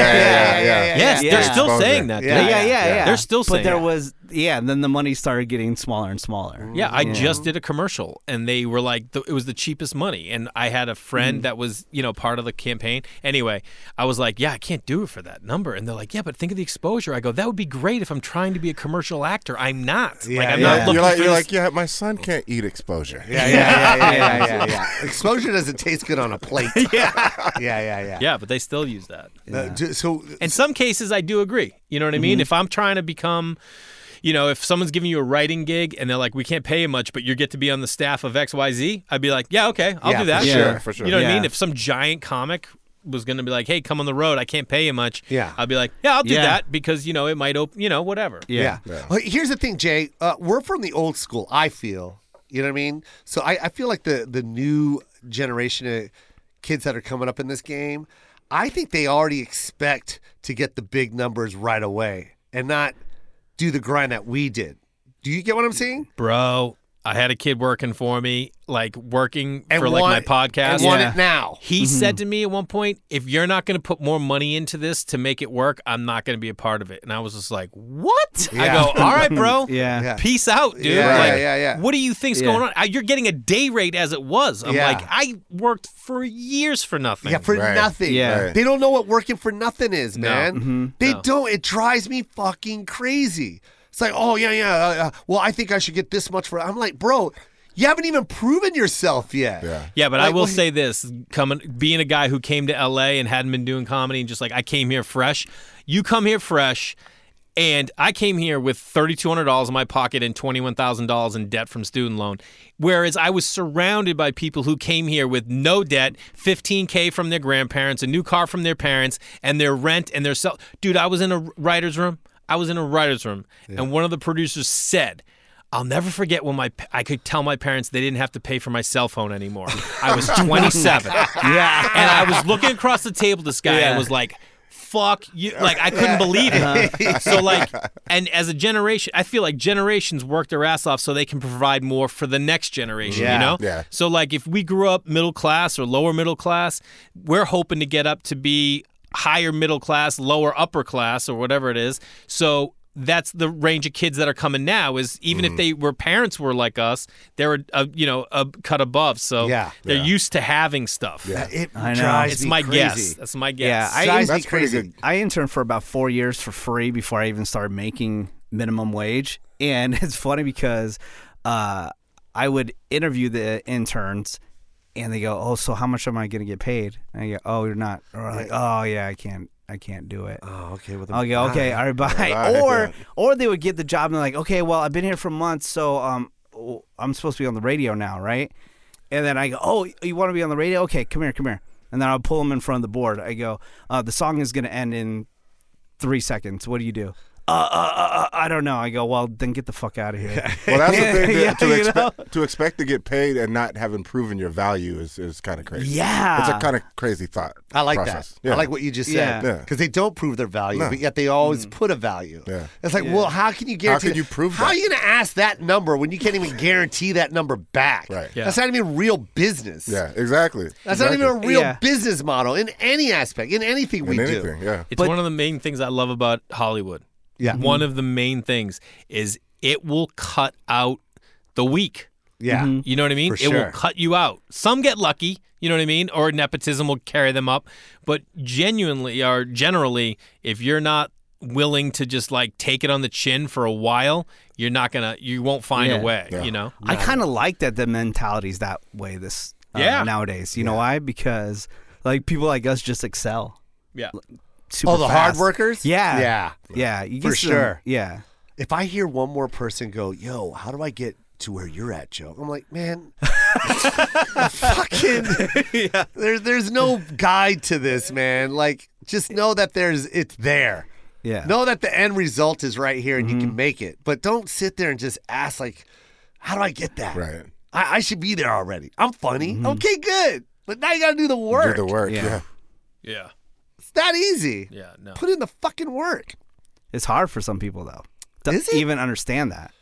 A: yeah.
F: Yes,
G: Yeah.
F: they're still
A: Exposure.
F: saying that. dude.
G: yeah, yeah, yeah, yeah.
F: They're still
G: but
F: saying.
G: there
F: that.
G: was yeah, and then the money started getting smaller and smaller.
F: yeah, I just did a commercial, and they were like, the, it was the cheapest money, and I had a friend that was, you know, part of the campaign. Anyway, I was like, yeah, I can't do it for that number, and they're like, yeah, but think of the exposure. I go, that would be great if I'm trying to be a commercial actor. I'm not. like, I'm
D: yeah.
F: not looking
A: You're like,
F: for
A: you're
F: this-
A: like, yeah, my son can't eat exposure.
D: Yeah, yeah, yeah, yeah, yeah, yeah, yeah. [laughs] Exposure doesn't taste good on a plate. yeah, [laughs] yeah, yeah, yeah.
F: yeah, but they still use that.
D: Uh, ju- so
F: In some cases, I do agree. You know what I mean? If I'm trying to become, you know, if someone's giving you a writing gig and they're like, we can't pay you much, but you get to be on the staff of XYZ, I'd be like, yeah, okay, I'll
D: Yeah,
F: do that.
A: for sure, Yeah. for sure.
F: You know what I
G: Yeah.
F: mean? If some giant comic was going to be like, hey, come on the road, I can't pay you much,
D: Yeah.
F: I'd be like, yeah, I'll do
G: Yeah.
F: that because, you know, it might open, you know, whatever.
D: Yeah. Well, Here's the thing, Jay. Uh, we're from the old school. I feel. You know what I mean? So I, I feel like the the new generation of kids that are coming up in this game, I think they already expect to get the big numbers right away and not do the grind that we did. Do you get what I'm saying?
F: Bro, I had a kid working for me, like working
D: And
F: for like
D: want-
F: my podcast.
D: And want
G: Yeah.
D: it now.
F: He said to me at one point, if you're not going to put more money into this to make it work, I'm not going to be a part of it. And I was just like, what? I
D: Yeah. [laughs]
F: go, all right, bro.
G: Yeah. Yeah.
F: Peace out, dude.
D: Yeah, yeah,
F: like,
D: yeah, yeah.
F: What do you think's
G: Yeah.
F: going on? I, you're getting a day rate as it was. I'm
D: Yeah.
F: like, I worked for years for nothing.
D: Yeah, for
A: Right.
D: nothing.
G: Yeah.
A: Right.
D: They don't know what working for nothing is,
F: No.
D: man. They don't. It drives me fucking crazy. It's like, oh yeah, yeah. Uh, uh, well, I think I should get this much for. I'm like, bro, you haven't even proven yourself yet.
A: Yeah.
F: Yeah, but I
D: Like,
F: will
D: well,
F: say this: coming, being a guy who came to LA and hadn't been doing comedy, and just like I came here fresh. You come here fresh, And I came here with $3,200 in my pocket and $21,000 in debt from student loan. Whereas I was surrounded by people who came here with no debt, 15K from their grandparents, a new car from their parents, and their rent and their cell. Dude, I was in a writer's room. I was in a writer's room. And one of the producers said, I'll never forget when my I could tell my parents they didn't have to pay for my cell phone anymore. I was 27. yeah. [laughs] And I was looking across the table to this guy and was like, fuck you. Like, I couldn't believe
D: [laughs]
F: it. so, like, and as a generation, I feel like generations work their ass off so they can provide more for the next generation,
D: Yeah.
F: you know?
A: Yeah.
F: So, like, if we grew up middle class or lower middle class, we're hoping to get up to be higher middle class, lower upper class, or whatever it is. So that's the range of kids that are coming now. Is even
D: Mm.
F: if they were parents were like us, they were uh, you know a cut above. So
D: Yeah.
F: they're used to having stuff.
A: Yeah.
D: It
G: I know.
D: drives
F: It's
D: me
F: my
D: crazy.
F: guess. That's my guess.
G: Yeah, I-
D: Drives me
A: That's pretty
D: crazy.
A: good.
G: I interned for about four years for free before I even started making minimum wage. And [laughs] it's funny because uh, I would interview the interns and they go, Oh, so how much am I going to get paid? And I go, Oh, you're not. Or like, Oh, yeah, I can't. I can't do it.
D: Oh, okay. With a
G: I'll go, okay, all right, bye.
A: [laughs] Bye.
G: Or
A: Yeah.
G: or they would get the job and they're like, okay, well, I've been here for months, so um, w- I'm supposed to be on the radio now, right? And then I go, oh, you want to be on the radio? Okay, come here, come here. And then I'll pull them in front of the board. I go, uh, the song is going to end in three seconds. What do you do? Uh, uh, uh, uh, I don't know. I go, well, then get the fuck out of here.
A: [laughs] Well, that's
D: [laughs]
A: the thing.
G: [laughs]
A: To,
G: Yeah,
A: to,
G: you
A: expect, to expect to get paid and not having proven your value is, is kind of crazy.
G: Yeah.
A: It's a kind of crazy thought.
D: I like
A: process.
D: that. I like what you just
G: Yeah.
D: said
A: Yeah.
D: because they don't prove their value,
A: No.
D: but yet they always
F: Mm-hmm.
D: put a value.
A: Yeah.
D: It's like, well, how can you guarantee?
A: can
D: that-
A: you prove
D: How
A: that?
D: are you going to ask that number when you can't even guarantee that number back?
A: Right.
F: Yeah.
D: That's not even real business.
A: Yeah, exactly.
D: That's
A: exactly.
D: not even a real
G: Yeah.
D: business model in any aspect, in anything we
A: In
D: do.
A: anything, yeah.
F: It's one of the main things I love about Hollywood.
D: Yeah.
F: One of the main things is it will cut out the weak.
D: Yeah.
F: You know what I mean?
D: For
F: It will
D: sure.
F: cut you out. Some get lucky, you know what I mean? Or nepotism will carry them up. But genuinely or generally, if you're not willing to just like take it on the chin for a while, you're not gonna you won't find
G: Yeah.
F: a way,
A: Yeah.
F: you know?
G: I kind of like that the mentality's that way this uh,
F: Yeah.
G: nowadays. You know why? Because like people like us just excel.
F: Yeah.
G: Super
D: Oh, the hard
G: fast.
D: workers?
G: Yeah.
D: Yeah.
G: Yeah, you
D: For
G: get some-
D: sure.
G: Yeah,
D: If I hear one more person go, yo, how do I get to where you're at, Joe? I'm like, man, fucking, there's, there's no guide to this, man. Like, just know that there's, it's there.
G: yeah.
D: Know that the end result is right here and you can make it. But don't sit there and just ask, like, how do I get that?
A: Right.
D: I, I should be there already. I'm funny. Okay, good. But now Mm-hmm. you got to do the work.
A: Do the work.
G: Yeah.
A: Yeah.
F: Yeah.
D: It's that easy.
F: Yeah. No.
D: Put in the fucking work.
G: it's hard for some people though to
D: Is it?
G: even understand that.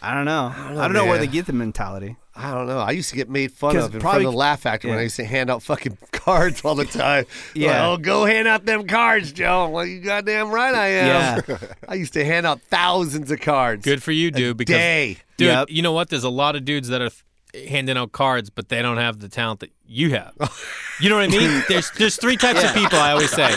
G: I don't know. I don't know, where they
D: man.
G: get the mentality.
D: I don't know. I used to get made fun
G: 'Cause
D: of in
G: probably-
D: front of the Laugh Factory when
G: yeah.
D: I used to hand out fucking [laughs] cards all the [laughs] time.
G: Yeah.
D: Like, oh, go hand out them cards, Joe. I'm like, you goddamn right I am. [laughs] I used to hand out thousands of cards.
F: Good for you, dude, because
D: Day.
F: dude,
G: Yep.
F: you know what? There's a lot of dudes that are th- handing out cards, but they don't have the talent that you have. You know what I mean? There's there's three types of people. I always say: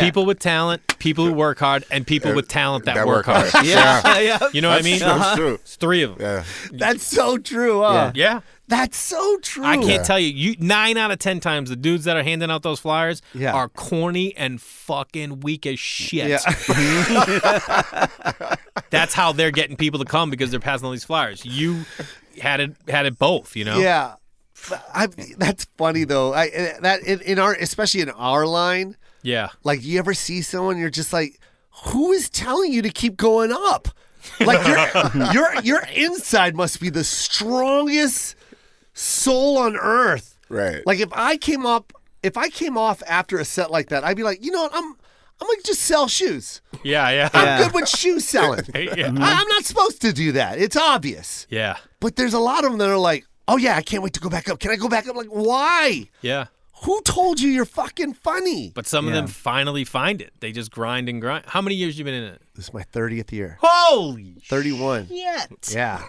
F: people with talent, people who work hard, and people with talent that, work hard.
A: yeah.
G: [laughs] yeah.
F: You know what I mean?
D: Uh-huh.
A: That's true.
F: It's three of them.
A: Yeah.
D: That's so true, huh?
F: Yeah.
D: That's so true.
F: I can't tell you. You nine out of ten times the dudes that are handing out those flyers
D: Yeah.
F: are corny and fucking weak as shit.
D: Yeah.
F: [laughs] That's how they're getting people to come because they're passing all these flyers. You had it had it both, you know?
D: Yeah, But I, that's funny though. I that in, in our especially in our line,
F: Yeah.
D: like you ever see someone, you're just like, who is telling you to keep going up? Like your your your inside must be the strongest soul on earth.
A: Right.
D: Like if I came up, if I came off after a set like that, I'd be like, you know what, I'm I'm gonna just sell shoes.
F: Yeah, yeah. [laughs]
G: Yeah.
D: I'm good with shoe selling. I,
F: Yeah.
D: I'm not supposed to do that. It's obvious.
F: Yeah.
D: But there's a lot of them that are like, oh yeah, I can't wait to go back up. Can I go back up? Like, why?
F: Yeah.
D: Who told you you're fucking funny?
F: But some of
G: Yeah.
F: them finally find it. They just grind and grind. How many years you been in it?
D: This is my 30th year.
F: Holy
D: 31.
F: shit.
D: Yeah.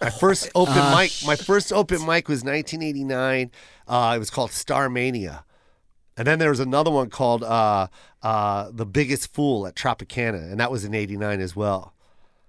D: My first open mic, my first open mic was 1989. Uh, it was called Star Mania. And then there was another one called uh, uh, The Biggest Fool at Tropicana, and that was in 89 as well.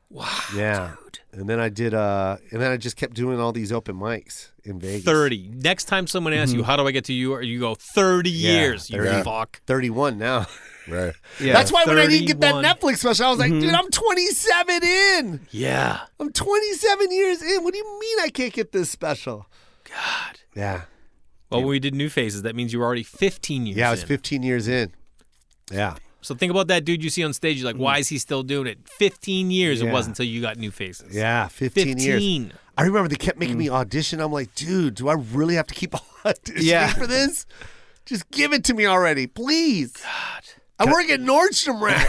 D: Wow. Yeah. And then I did uh and then I just kept doing all these open mics in Vegas.
F: 30.
D: Mm-hmm.
F: Next time someone asks you, how do I get to you? Or you go, 30 years, you
A: 30.
F: fuck.
D: 31 now.
A: Right.
G: Yeah.
D: That's why when I didn't get that
F: 31.
D: Netflix special, I was like, dude, I'm 27 in.
F: Yeah.
D: I'm 27 years in. What do you mean I can't get this special? God. Yeah.
F: Well, when we did New Faces, that means you were already 15 years
D: Yeah, I was
F: in.
D: 15 years in. Yeah.
F: So think about that dude you see on stage. You're like, why is he still doing it? 15 years
D: Mm-hmm. Yeah.
F: it was until you got New Faces.
D: Yeah, 15,
F: 15.
D: years. I remember they kept making
G: Mm.
D: me audition. I'm like, dude, do I really have to keep [laughs] auditioning
G: Yeah.
D: for this? Just give it to me already, please. God. I work at Nordstrom
G: [laughs]
D: Rack.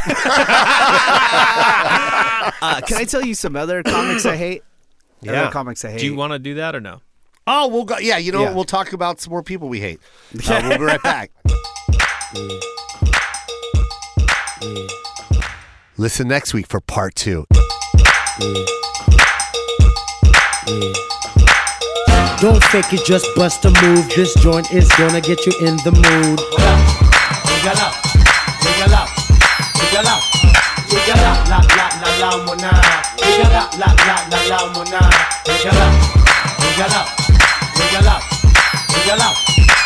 G: Uh, can I tell you some other comics I hate? Other comics I hate.
F: Do you want to do that or no?
D: oh, we'll go. Yeah, you know,
G: Yeah.
D: what? we'll talk about some more people we hate. Uh, we'll be right
G: [laughs]
D: back. Listen next week for part two.
I: Don't fake it, just bust a move. This joint is gonna get you in the mood.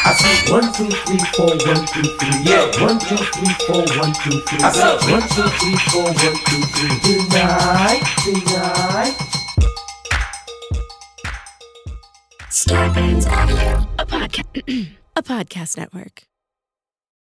J: I see one, two, three, four, one, two, three. Yeah, one, two, three, four, one, two, three. I see one, two, three, four, one, two, three. Deny, deny.
K: [clears throat] Star Audio, a, podca- a podcast network.